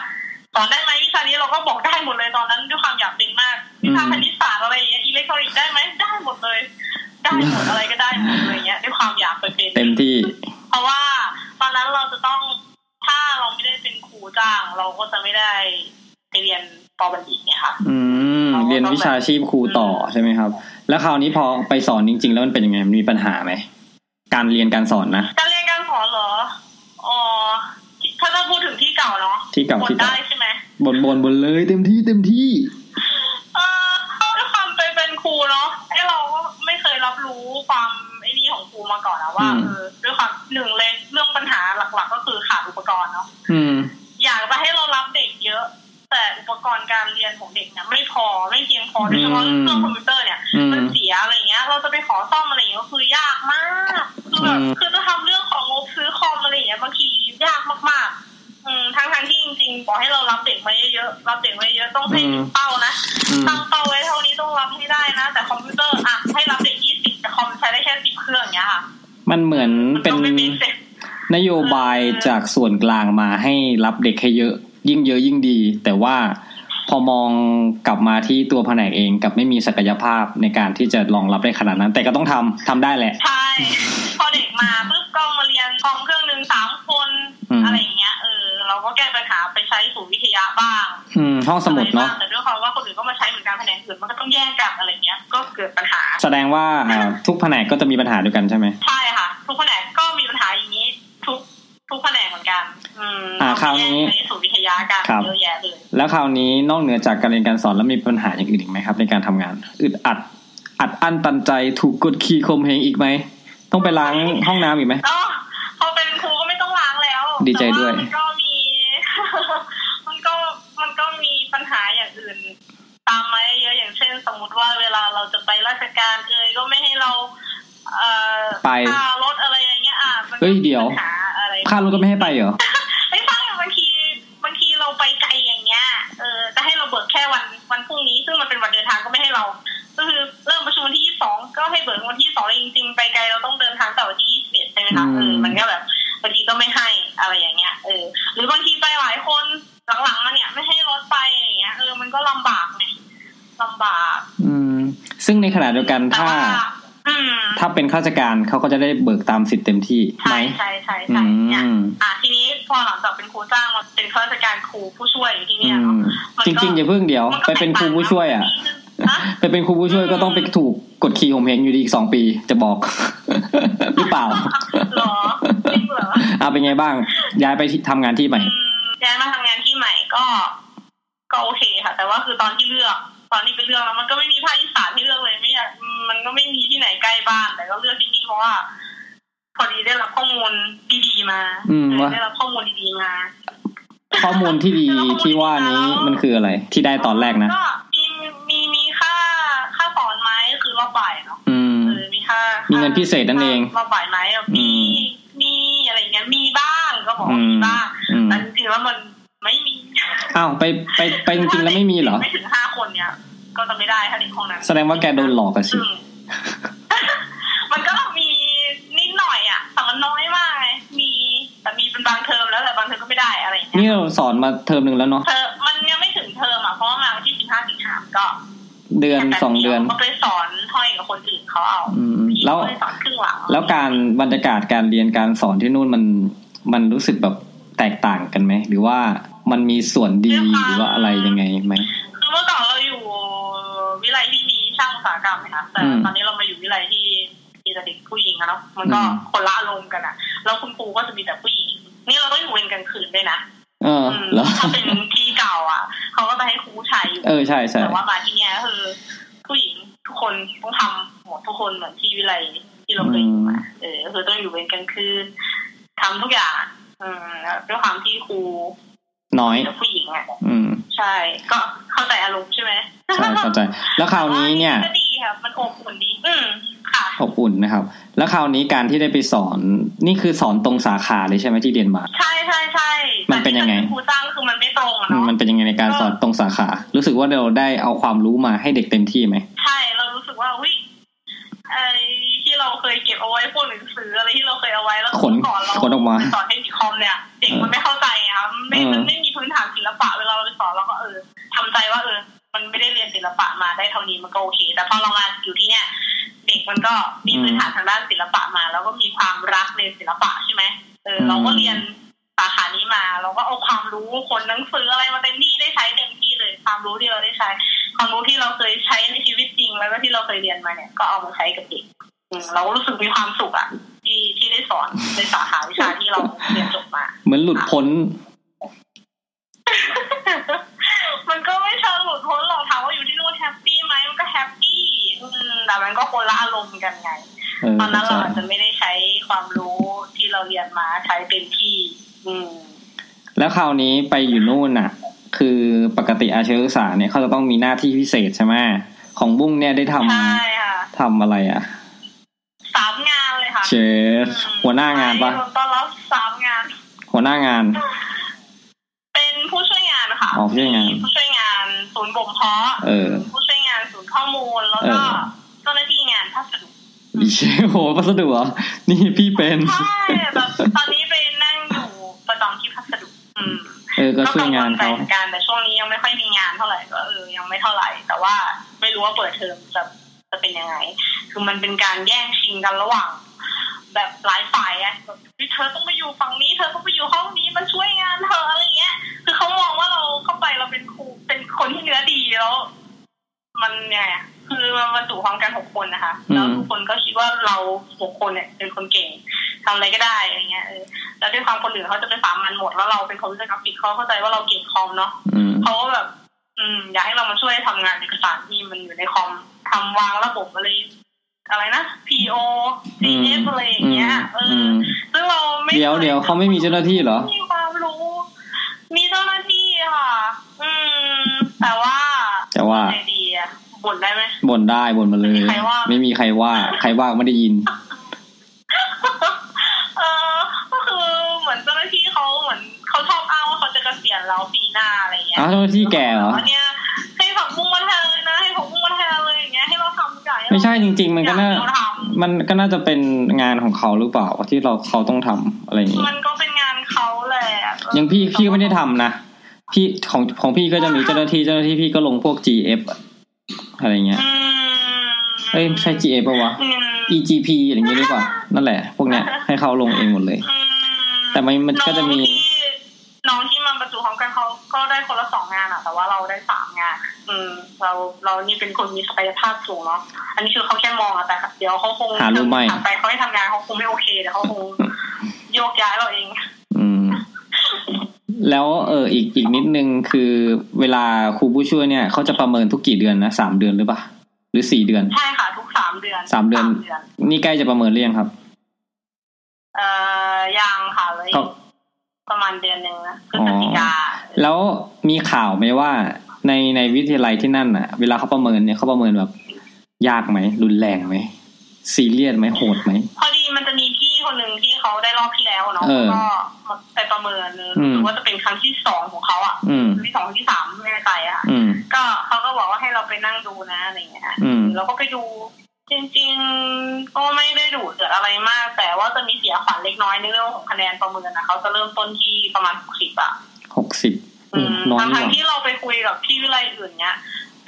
สอนได้ไหมวิชานี้เราก็บอกได้หมดเลยตอนนั้นด้วยความอยากเป็นมาก วิชาคณิตศาสตร์อะไรอย่างเงี้ยอิเล็กทรอนิกส์ได้ไหมได้หมดเลย ได้หมดอะไรก็ได้หมดเลยเงี้ยด้วยความอยากไปเป็น เต็มที่ เพราะว่าตอนนั้นเราจะต้องถ้าเราไม่ได้เป็นครูจ้าง เราก็จะไม่ได้ เรียนปอบัณฑิตเนี่ยค่ะ อืมเรียนวิชาชีพครูต่อใช่ไหมครับ แล้วคราวนี้พอไปสอนจริง ๆ แล้วมันเป็นยังไงมันมีปัญหาไหมการเรียนการสอนนะ การเรียนการสอนเหรออ๋อถ้าจะพูดถึงที่เก่าเนาะ ที่เก่า บ่น ที่เก่า ได้ใช่ไหม บนบนบนเลยเต็มที่เต็มที่ เอ่อด้วยความเป็นเป็นครูเนาะไอเราก็ไม่เคยรับรู้ความไอ้นี่ของครูมาก่อนนะว่า อืม เออด้วยความหนึ่งเลยเรื่องปัญหาหลัก ๆ ก็คือขาดอุปกรณ์เนาะ อืม อยากจะให้เรารับเด็กเยอะ แต่อุปกรณ์การเรียนของเด็กเนี่ยไม่พอไม่เพียงพอโดยเฉพาะ อืม เครื่องคอมพิวเตอร์เนี่ย อืม มันเสียอะไรเงี้ย เราจะไปขอซ่อมอะไรเงี้ยก็คือยากมากคือแบบ อืม คือจะทำเรื่องของงบซื้อคอมอะไรเงี้ยบางทียากมากๆ อืมทั้งทที่จริงๆบอกให้เรารับเด็กมาเยอะๆรับเด็กมาเยอะต้องให้ถึงเป้านะ ตั้งเป้าไว้เท่านี้ต้องรับให้ได้นะ แต่คอมพิวเตอร์อ่ะให้รับเด็กยี่สิบแต่คอมใช้ได้แค่สิบเครื่องเนี้ยค่ะ มันเหมือนเป็นนโยบายจากส่วนกลางมาให้รับเด็กให้เยอะ ยิ่งเยอะยิ่งดี แต่ว่าพอมองกลับมาที่ตัวแผนกเองกลับไม่มีศักยภาพในการที่จะรองรับได้ขนาดนั้น แต่ก็ต้องทำทำได้แหละ ใช่พอเด็กมาปุ๊บก็มาเรียนคอมเครื่องหนึ่งสามคน อืม อะไรอย่างเงี้ยเออเราก็แก้ปัญหาไปใช้ศูนย์วิทยาบ้าง อืมห้องสมุด อะไร เนาะ บ้างแต่ด้วยความว่าคนอื่นก็มาใช้เหมือนกันแผนกอื่นมันก็ต้องแย่งกันอะไรเงี้ย ก็เกิดปัญหา แสดงว่าอ่าทุกแผนกก็จะมีปัญหาด้วยกันใช่ไหม ใช่ค่ะ ทุกแผนกก็มีปัญหาอย่างนี้ ทุกทุกแผนกเหมือนกัน อืม อ่าคราวนี้ เแย่งใช้ศูนย์วิทยากัน ครับ เยอะแยะเลย แล้วคราวนี้นอกเหนือจากการเรียนการสอนแล้วมีปัญหาอย่างอื่นอีกไหมครับ ในการทำงาน อึดอัด อัดอั้นตันใจถูกกดขี่ข่มเหงอีกไหม ต้องไปล้างห้องน้ำอีกไหม อ๋อพอเป็นครูก็ไม่ต้องล้างแล้ว ดีใจด้วย มันก็มี มันก็มันก็มีปัญหาอย่างอื่น ตามมาเยอะอย่างเช่น สมมติว่าเวลาเราจะไปราชการเอยก็ไม่ให้เรา เอ่อ ไป ค่ารถอะไรอย่างเงี้ยอ่ะมัน เฮ้ยเดี๋ยว ปัญหาอะไร ค่ารถก็ไม่ให้ไปเหรอ ไม่ใช่อะบางทีบางทีเราไปไกลอย่างเงี้ยเออจะให้เราเบิกแค่วันวันพรุ่งนี้ ซึ่งมันเป็นวันเดินทางก็ไม่ให้เรา ก็คือเริ่มประชุมวันที่ยี่สองก็ให้เบิกวันที่สองเลยจริงๆไปไกลเราต้องเดินทางแต่วันที่ยี่สิบเอ็ดใช่ไหมคะเออมันก็แบบ บางทีก็ไม่ให้อะไรอย่างเงี้ยเออหรือบางทีไปหลายคนหลังๆมาเนี่ยไม่ให้รถไปอย่างเงี้ยเออมันก็ลำบากไงลำบาก อืม ซึ่งในขณะเดียวกันถ้า อืม ถ้าเป็นข้าราชการเขาก็จะได้เบิกตามสิทธิ์เต็มที่ไหม ใช่ใช่ใช่ อื ใช่เนี่ย ม อ่ะทีนี้พอหลังจากเป็นครูจ้างมาเป็นข้าราชการครูผู้ช่วยอยู่ที่ อื เนี่ยเน ม อะมัน จ ก็ ริงๆอย่าเพิ่งเดี๋ยว ไปเป็นครูผู้ช่วยอ่ะ ไปเป็นครูผู้ช่วยก็ต้องไปถูกกดขี่ข่มเหงอยู่ดีอีกสอง ปี จะบอก หรือเปล่า หรอจริงเหรอ อ่าเป็นไงบ้าง ย้ายไปที่ทำงานที่ใหม่ ย้ายมาทำงานที่ใหม่ก็ ก็โอเคค่ะ แต่ว่าคือตอนที่เลือก ตอนที่ไปเลือกแล้วมันก็ไม่มีภาคอีสานที่เลือกเลยไม่อยากอืมมันก็ไม่มีที่ไหนใกล้บ้าน แต่ก็เลือกที่นี่เพราะว่า พอดีได้รับข้อมูลดีๆมา อืมว่า ได้รับข้อมูลดีๆมา ข้อมูลที่ดีที่ว่านี้มันคืออะไร ที่ได้ตอนแรกนะ ก็มีมีมีค่าค่าสอนไหมคือรอบบ่ายเนาะ อืม เออมีค่า มี มี เงินพิเศษนั่นเอง รอบบ่ายไหม อืม มีอะไรเงี้ยมีบ้างก็บอกว่า อืม มีบ้าง อืม แต่จริงๆแล้วมันไม่มี อ้าวไปไปไปจริงๆแล้วไม่มีเหรอ ไม่ถึงห้าคนเนี่ย ก็จะไม่ได้ถ้าในห้องนั้น แสดงว่าแกโดนหลอกอะสิ มันก็มีนิดหน่อยอ่ะแต่มันน้อยมากไงมีแต่มีเป็นบางเทอมแล้วแต่บางเทอมก็ไม่ได้อะไรอย่างเงี้ย นี่เราสอนมาเทอมหนึ่งแล้วเนาะ เธอมมันยังไม่ถึงเทอมอ่ะ เพราะว่ามาวันที่สิบห้าสิงหาก็ เดือนสองเดือน ก็ไปสอนห้อยกับคนอื่นเขาเอา อืมแล้ว ก็ไปสอนครึ่งหลัง แล้วการบรรยากาศการเรียนการสอนที่นู่นมันมันรู้สึกแบบแตกต่างกันไหม หรือว่ามันมีส่วนดีหรือว่าอะไรยังไงไหม คือเมื่อก่อนเราอยู่วิไลที่มีช่างอุตสาหกรรมนะคะแต่ อืม ตอนนี้เรามาอยู่วิไลที่มีแต่เด็กผู้หญิงอะเนาะมันก็คนละอารมณ์กันอะแล้วคุณครูก็จะมีแต่ผู้หญิง นี่เราต้องอยู่เวรกลางคืนด้วยนะ เออเหรอ ถ้าเป็นที่เก่าอ่ะเขาก็จะให้ครูผู้ชายอยู่ เออใช่ใช่ แต่ว่ามาที่เนี้ยคือ ผู้หญิงทุกคนต้องทำหมดทุกคนเหมือนที่วิไลที่เราเคย เออคือต้องอยู่เวรกลางคืนทำทุกอย่างอืมแล้วด้วยความที่ครู น้อย เป็นผู้หญิงอ่ะ อืม ใช่ ก็เข้าใจอารมณ์ใช่ไหม ใช่ เข้าใจ แล้วคราวนี้เนี่ย ก็ดีค่ะมันอบอุ่นดี อืม อบอุ่นนะครับ แล้วคราวนี้การที่ได้ไปสอนนี่คือสอนตรงสาขาเลยใช่ไหมที่เรียนมา ใช่ใช่ใช่ มันเป็นยังไง ครูจ้างคือมันไม่ตรงอ่ะ อืม เนาะ มันเป็นยังไงในการสอนตรงสาขา รู้สึกว่าเราได้เอาความรู้มาให้เด็กเต็มที่ไหม ใช่เรารู้สึกว่าอุ้ยไอ้ที่เราเคยเก็บเอาไว้พวกหนังสืออะไรที่เราเคยเอาไว้แล้ว ขน ก่อนเรา ขนออกมา ไปสอนเทคนิคคอมเนี่ยเด็กมันไม่เข้าใจอะครับไม่ เออ มันไม่มีพื้นฐานศิลปะเวลาเราไปสอนเราก็เออทำใจว่าเออ มันไม่ได้เรียนศิลปะมาได้เท่านี้มันก็โอเค แต่พอเรามาอยู่ที่เนี่ยเด็กมันก็มีพื้นฐานทางด้านศิลปะมา แล้วก็มีความรักในศิลปะใช่ไหมเออเราก็เรียนสาขานี้มา เราก็เอาความรู้คนหนังสืออะไรมาเต็มที่ได้ใช้เต็มที่เลย ความรู้ที่เราได้ใช้ ความรู้ที่เราเคยใช้ในชีวิตจริง แล้วก็ที่เราเคยเรียนมาเนี่ยก็เอามาใช้กับเด็กอืมเรารู้สึกมีความสุขอะที่ที่ได้สอนในสาขาวิชาที่เราเรียนจบมา เหมือนหลุดพ้น มันก็ไม่เชิงหลุดพ้นหรอกถามว่าอยู่ที่นู่นแฮปปี้ไหมมันก็แฮปปี้อืมแต่มันก็คนละอารมณ์กันไง เออ ตอนนั้นเรา เข้าใจ อาจจะไม่ได้ใช้ความรู้ที่เราเรียนมาใช้เป็นที่ อืม แล้วคราวนี้ไปอยู่นู่นน่ะ คือปกติอาชีวศึกษาเนี่ยเขาจะต้องมีหน้าที่พิเศษใช่ไหมของบุ้งเนี่ยได้ทำทำอะไรอ่ะ สามงานเลยค่ะ เชฟหัวหน้างานปะ ใช่โดต้อนรับสามงาน หัวหน้างาน เป็นผู้ช่วยงานค่ะ อ๋อผู้ช่วยงาน มีผู้ช่วยงานศูนย์บ่มเพาะ เออ ผู้ช่วยงานศูนย์ข้อมูลแล้ว เอ ก็ อ เจ้าหน้าที่งานพัสดุ ดิเชฟโหพัสดุเหรอนี่พี่เป็น ใช่แบบตอนนี้ไปนั่งอยู่ประจำที่พัสดุอืม เออก็ช่วยงานเขา ก็กัวลใจเหมือนกันแต่ช่วงนี้ยังไม่ค่อยมีงานเท่าไหร่ก็เออยังไม่เท่าไหร่ แต่ว่าไม่รู้ว่าเปิดเทอมจะจะเป็นยังไง คือมันเป็นการแย่งชิงกันระหว่าง แบบหลายฝ่ายอะแบบเฮ้ยเธอต้องไปอยู่ฝั่งนี้ เธอต้องไปอยู่ห้องนี้มาช่วยงานเธออะไรเงี้ย คือเขามองว่าเราเข้าไปเราเป็นครูเป็นคนที่เนื้อดีแล้ว มันไงอะคือมันมาสู่ความกันหกคนนะคะ อืม ทุกคนก็คิดว่าเราหกคนเนี่ยเป็นคนเก่งทำอะไรก็ได้อะไรเงี้ยเออแล้วด้วยความคนอื่นเขาจะไปสามันหมดแล้วเราเป็นคอมพิวเตอร์กราฟิกเขาเข้าใจว่าเราเก่งคอมเนาะ อืม เขาก็แบบ อืม อยากให้เรามาช่วยทำงานเอกสารที่มันอยู่ในคอมทำวางระบบอะไรอะไรนะ PO อืม CF อะไรอย่างเงี้ยเอออ ม ซึ่งเราไม่ เดี๋ยวเดี๋ยวเขาไม่มีเจ้าหน้าที่เหรอ มีความรู้ มีเจ้าหน้าที่ค่ะ อืม แต่ว่า แต่ว่า ไอเดียบ่นได้ไหม บ่นได้บ่นมาเลย ไม่มีใครว่า ไม่มีใครว่า ใครว่าไม่ได้ยิน เออก็คือเหมือนเจ้าหน้าที่เขาเหมือนเขาชอบอ้างว่าเขาจะเกษียณแล้วปีหน้าอะไรเงี้ย อ้าวเจ้าหน้าที่แก่เหรอ ว่าเนี่ยให้ผักบุ้งมาแทนเลยนะให้ผักบุ้งมาแทนเลยอย่างเงี้ยให้เราทำจ่าย ไม่ใช่จริง ๆ มันก็น่า มันก็น่าจะเป็นงานของเขาหรือเปล่าที่เราเขาต้องทำอะไรอย่างนี้ มันก็เป็นงานเขาแหละเออ ยังพี่พี่ก็ไม่ได้ทำนะพี่ของของพี่ก็จะมีเจ้าหน้าที่เจ้าหน้าที่พี่ก็ลงพวก GF อะไรเงี้ยเอ้ยไม่ใช่ GF ปะวะ EGP อะไรเงี้ยด้วยป่ะนั่นแหละ พวกเนี้ยให้เขาลงเองหมดเลย แต่มันมันก็จะมี น้องที่มาประจุพร้อมกันเขาก็ได้คนละสองงานอะแต่ว่าเราได้สามงาน อืม เราเรานี่เป็นคนมีศักยภาพสูงเนาะอันนี้คือเขาแค่มองอะแต่เดี๋ยวเขาคง หารู้ไหม ผ่นไปเขาให้ทำงานเขาคงไม่โอเคเดี๋ยวเขาคงโยกย้ายเราเอง อืม แล้วเอออีกอีกนิดนึงคือเวลาครูผู้ช่วยเนี่ยเขาจะประเมินทุกกี่เดือนนะสามเดือนหรือเปล่าหรือสี่เดือน ใช่ค่ะ ทุกสามเดือน สามเดือน นี่ใกล้จะประเมินเรียงครับ เอ่อยังค่ะเลย ครับ ประมาณเดือนหนึ่งนะพฤ อ๋ ศ อ จิกา แล้วมีข่าวไหมว่าในในวิทยาลัยที่นั่นอ่ะ เวลาเขาประเมินเนี่ยเขาประเมินแบบ ยากไหมรุนแรงไหมซีเรียสไหมโหดไหม พอดีมันจะมีพี่คนหนึ่งที่เขาได้รอบที่แล้วเนาะ เออ ก็มาไปประเมิน อืม หรือว่าจะเป็นครั้งที่สองของเขาอ่ะ อืม ครั้งที่สองครั้งที่สามไม่แน่ใจอ่ะ อืม ก็เขาก็บอกว่าให้เราไปนั่งดูนะอะไรเงี้ย อืม เราก็ไปดู จริง ๆ ก็ไม่ได้ดูเดือดอะไรมาก แต่ว่าจะมีเสียขวัญเล็กน้อยในเรื่องของคะแนนประเมินนะเขาจะเริ่มต้นที่ประมาณหกสิบอะ หกสิบอืมน้อย ทั้กงท ว่า ที่เราไปคุยกับพี่วิไลอื่นเนี้ย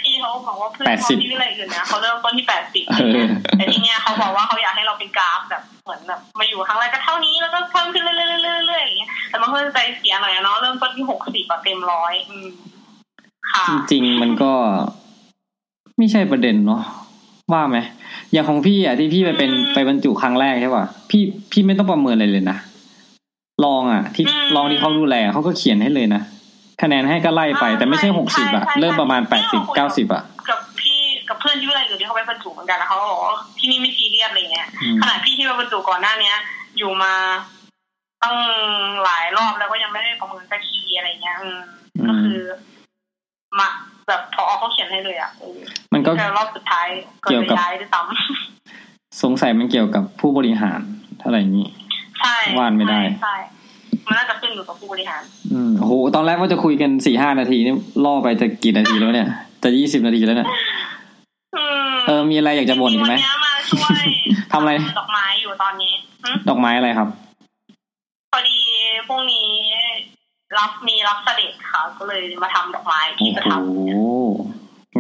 พี่เขาก็บอกว่าเพื่อนเขา 80 ที่วิไลอื่นนะเขาเริ่มต้นที่แปดสิบ เออ แต่ทีเนี้ยเขาบอกว่าเขาอยากให้เราเป็นกราฟแบบเหมือนแบบมาอยู่ครั้งแรกก็เท่านี้แล้วก็เพิ่มขึ้นเรื่อยๆเรื่อยๆเรื่อยๆอย่างเงี้ยแต่มันเพิ่มใจเสียหน่อยอะเนาะเริ่มต้นที่หกสิบอะเต็มร้อยอืม จริงๆมันก็ไม่ใช่ประเด็นเนาะว่าไหมอย่างของพี่อ่ะที่พี่ไปเป็นไปบรรจุครั้งแรกใช่ป่ะพี่พี่ไม่ต้องประเมินอะไรเลยนะลองอ่ะ ที่ลองที่เขาดูแลเขาก็เขียนให้เลยนะคะแนนให้ก็ไล่ไป แต่ไม่ใช่หกสิบอ่ะ ใช่ใช่ เริ่มประมาณแปดสิบเก้าสิบอ่ะ กับพี่กับเพื่อนที่วิทยาลัยอื่นที่เขาไปบรรจุเหมือนกันนะเขาก็บอกว่าที่นี่ไม่ซีเรียสอะไรเงี้ย อืม ขนาดพี่ที่ไปบรรจุก่อนหน้าเนี้ย อยู่มาตั้งหลายรอบแล้วก็ยังไม่ได้ประเมินสักทีอะไรเงี้ย อืม อืม คือมาแบบพอเขาเขียนให้เลยอ่ะเออ มันก็ แต่รอบสุดท้ายก็ เกี่ยว จะ กับ ย้ายด้วยซ้ สงสัยมันเกี่ยวกับผู้บริหารอะไรอย่างนี้ ำ ใช่ วาดไม่ได้ ใช่มันน่าจะขึ้นอยู่กับผู้บริหาร อืมโอ้โหตอนแรกว่าจะคุยกันสี่ห้านาทีนี่ล่อไปจะกี่นาทีแล้วเนี่ย จะยี่สิบนาทีแล้วเนี่ยเออมีอะไรอยากจะบ่นอีกไหมทำอะไร ดอกไม้อยู่ตอนนี้หึ ดอกไม้อะไรครับ พอดีพรุ่งนี้รับมีรับเสด็จค่ะก็เลยมาทำดอกไม้ที่ โอ้ ประ โห ทับ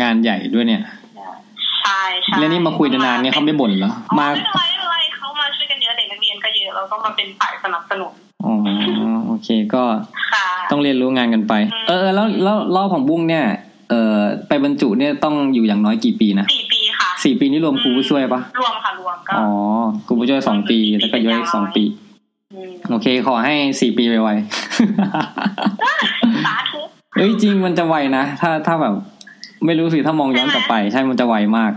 งานใหญ่ด้วยเนี่ย ใช่ใช่ แล้วนี่มาคุยนานๆเนี่ยเขาไม่บ่นเหรอมา ไม่เป็นไรไม่เป็นไรเขามาช่วยกันเยอะเด็กนักเรียนก็เยอะเราก็มาเป็นฝ่ายสนับสนุน อ๋อโอเคก็ ค่ะ ต้องเรียนรู้งานกันไป เออเออแล้วแล้วรอบของบุ้งเนี่ย เอ่อไปบรรจุเนี่ยต้องอยู่อย่างน้อยกี่ปีนะ สี่ปีค่ะ สี่ปีนี่รวมครูผู้ช่วยปะ รวมค่ะรวมก็ อ๋อครูผู้ช่วยสองปีแล้วก็ย้อยอีกสองปี โอเค ขอให้สี่ปี ไวๆเอ้ยจริงมันจะไวนะ ถ้าถ้าแบบ ไม่รู้สิถ้ามองย้อนกลับไป ใช่มันจะไวมาก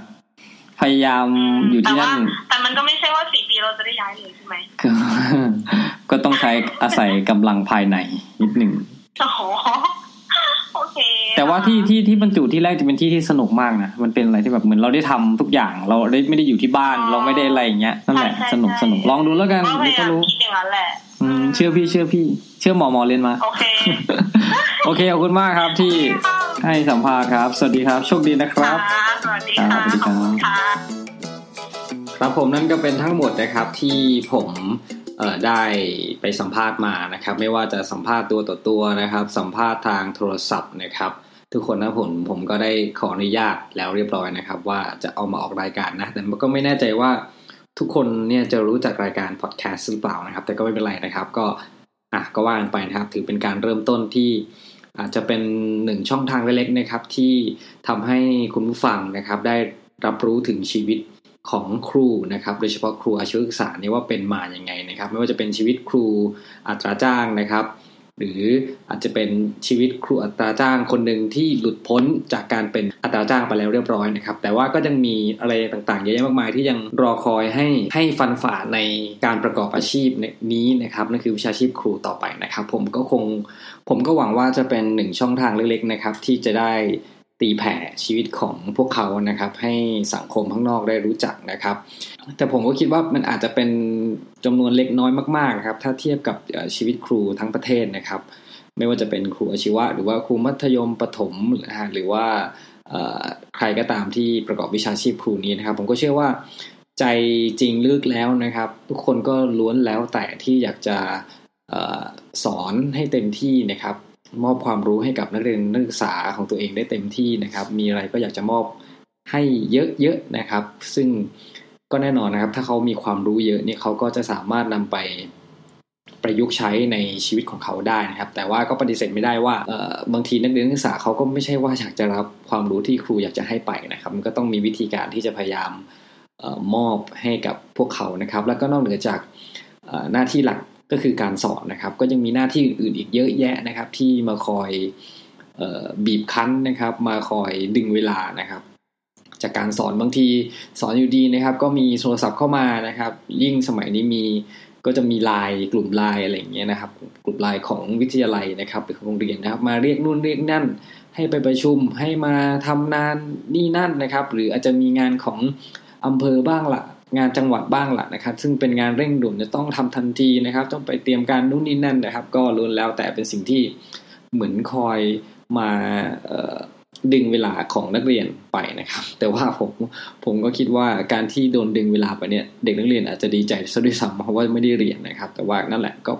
พยายามอยู่ที่นั่น แต่มันก็ไม่ใช่ว่าสี่ปีเราจะได้ย้ายเลยใช่ไหม ก็ ก็ต้องใช้อาศัยกำลังภายในนิดหนึ่ง โอ้โหโอเค แต่ว่าที่ที่ที่บรรจุที่แรกจะเป็นที่ที่สนุกมากนะ มันเป็นอะไรที่แบบเหมือนเราได้ทำทุกอย่าง เราได้ไม่ได้อยู่ที่บ้าน เราไม่ได้อะไรอย่างเงี้ย นั่นแหละ สนุกสนุกลองดูแล้วกัน ก็พ เดี๋ย ยว ก็ ยาม รู้ คิดอย่างนั้นแหละ อืมเชื่อพี่เชื่อพี่ เชื่อหมอหมอเรียนมา โอเค โอเคขอบคุณมากครับที่ให้สัมภาษณ์ครับ สวัสดีครับ โชคดีนะครับ สวัสดี ครับสวัสดีครับ ค่ะ ครับผมนั่นก็เป็นทั้งหมดนะครับที่ผมเอ่อได้ไปสัมภาษณ์มานะครับ ไม่ว่าจะสัมภาษณ์ตัวต่อตัวนะครับ สัมภาษณ์ทางโทรศัพท์นะครับ ทุกคนนะผมผมก็ได้ขออนุญาตแล้วเรียบร้อยนะครับ ว่าจะเอามาออกรายการนะ แต่ก็ไม่แน่ใจว่าทุกคนเนี่ยจะรู้จักรายการพอดแคสต์หรือเปล่านะครับ แต่ก็ไม่เป็นไรนะครับ ก็อ่ะก็ว่ากันไปนะครับ ถือเป็นการเริ่มต้นที่ อาจจะเป็นหนึ่งช่องทางเล็กๆนะครับ ที่ทำให้คุณผู้ฟังนะครับ ได้รับรู้ถึงชีวิตของครูนะครับ โดยเฉพาะครูอาชีวศึกษาเนี่ยว่าเป็นมาอย่างไงนะครับ ไม่ว่าจะเป็นชีวิตครูอัตราจ้างนะครับ หรืออาจจะเป็นชีวิตครูอัตราจ้างคนหนึ่งที่หลุดพ้นจากการเป็นอัตราจ้างไปแล้วเรียบร้อยนะครับ แต่ว่าก็ยังมีอะไรต่างๆเยอะแยะมากมายที่ยังรอคอยให้ให้ฟันฝ่าในการประกอบอาชีพนี้นะครับนั่นคือวิชาชีพครูต่อไปนะครับ ผมก็คง ผมก็หวังว่าจะเป็นหนึ่งช่องทางเล็กๆนะครับ ที่จะได้ตีแผ่ชีวิตของพวกเขานะครับ ให้สังคมข้างนอกได้รู้จักนะครับ แต่ผมก็คิดว่ามันอาจจะเป็นจำนวนเล็กน้อยมากๆนะครับ ถ้าเทียบกับเอ่อชีวิตครูทั้งประเทศนะครับ ไม่ว่าจะเป็นครูอาชีวะ หรือว่าครูมัธยมประถมนะฮะหรือว่าเอ่อใครก็ตามที่ประกอบวิชาชีพครูนี้นะครับ ผมก็เชื่อว่า ใจจริงลึกแล้วนะครับ ทุกคนก็ล้วนแล้วแต่ที่อยากจะ เอ่อสอนให้เต็มที่นะครับ มอบความรู้ให้กับนักเรียนนักศึกษาของตัวเองได้เต็มที่นะครับ มีอะไรก็อยากจะมอบให้เยอะๆนะครับ ซึ่งก็แน่นอนนะครับ ถ้าเขามีความรู้เยอะเนี่ยเขาก็จะสามารถนำไป ประยุกต์ใช้ในชีวิตของเขาได้นะครับ แต่ว่าก็ปฏิเสธไม่ได้ว่าเอ่อบางทีนักเรียนนักศึกษาเขาก็ไม่ใช่ว่าอยากจะรับความรู้ที่ครูอยากจะให้ไปนะครับ มันก็ต้องมีวิธีการที่จะพยายามเออมอบให้กับพวกเขานะครับ แล้วก็นอกเหนือจาก เอ่อหน้าที่หลักก็คือการสอนนะครับ ก็ยังมีหน้าที่อื่นๆอีกเยอะแยะนะครับ ที่มาคอยเอ่อบีบคั้นนะครับ มาคอยดึงเวลานะครับ จากการสอนบางทีสอนอยู่ดีนะครับ ก็มีโทรศัพท์เข้ามานะครับ ยิ่งสมัยนี้มีก็จะมีไลน์กลุ่มไลน์อะไรอย่างเงี้ยนะครับ กลุ่มไลน์ของวิทยาลัยนะครับหรือของโรงเรียนนะครับ มาเรียกนู่นเรียกนั่น ให้ไปประชุมให้มาทำนานนี่นั่นนะครับ หรืออาจจะมีงานของ อำเภอบ้างละงานจังหวัดบ้างละนะครับ ซึ่งเป็นงานเร่งด่วนจะต้องทำทันทีนะครับ ต้องไปเตรียมการนู่นนี่นั่นนะครับ ก็ล้วนแล้วแต่เป็นสิ่งที่เหมือนคอยมาเอ่อดึงเวลาของนักเรียนไปนะครับ แต่ว่าผมผมก็คิดว่าการที่โดนดึงเวลาไปเนี่ยเด็กนักเรียนอาจจะดีใจซะด้วยซ้ำเพราะว่าไม่ได้เรียนนะครับ แต่ว่านั่นแหละก็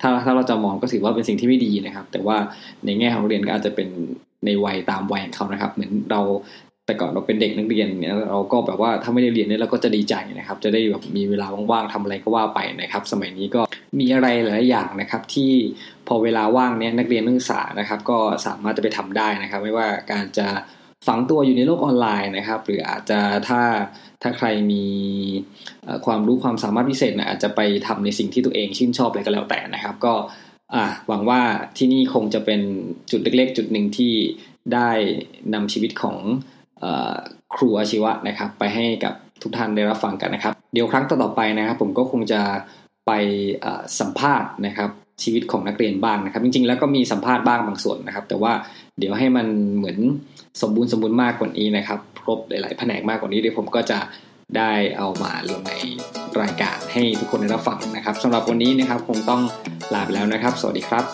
ถ้าถ้าเราจะมองก็ถือว่าเป็นสิ่งที่ไม่ดีนะครับ แต่ว่าในแง่ของเรียนก็อาจจะเป็นในวัยตามวัยของเขานะครับ เหมือนเรา แต่ก่อนเราเป็นเด็กนักเรียนเนี่ยเราก็แบบว่าถ้าไม่ได้เรียนเนี่ยเราก็จะดีใจนะครับ จะได้แบบมีเวลาว่างๆทำอะไรก็ว่าไปนะครับ สมัยนี้ก็มีอะไรหลายๆอย่างนะครับ ที่พอเวลาว่างเนี่ยนักเรียนนักศึกษานะครับ ก็สามารถจะไปทำได้นะครับ ไม่ว่าการจะฝังตัวอยู่ในโลกออนไลน์นะครับ หรืออาจจะถ้าถ้าใครมีเอ่อความรู้ความสามารถพิเศษนะอาจจะไปทำในสิ่งที่ตัวเองชื่นชอบอะไรก็แล้วแต่นะครับ ก็ อ่ะหวังว่าที่นี่คงจะเป็นจุดเล็กๆ จุดหนึ่งที่ได้นำชีวิตของเออครูอาชีวะนะครับ ไปให้กับทุกท่านได้รับฟังกันนะครับ เดี๋ยวครั้งต่อๆไปนะครับ ผมก็คงจะไปเอ่อสัมภาษณ์นะครับ ชีวิตของนักเรียนบ้างนะครับ จริงๆ แล้วก็มีสัมภาษณ์บ้างบางส่วนนะครับ แต่ว่าเดี๋ยวให้มันเหมือนสมบูรณ์สมบูรณ์มากกว่านี้นะครับ ครบหลายๆแผนกมากกว่านี้เดี๋ยวผมก็จะได้เอามาลงในรายการให้ทุกคนได้รับฟังนะครับสำหรับวันนี้นะครับคงต้องลาไปแล้วนะครับ สวัสดีครับ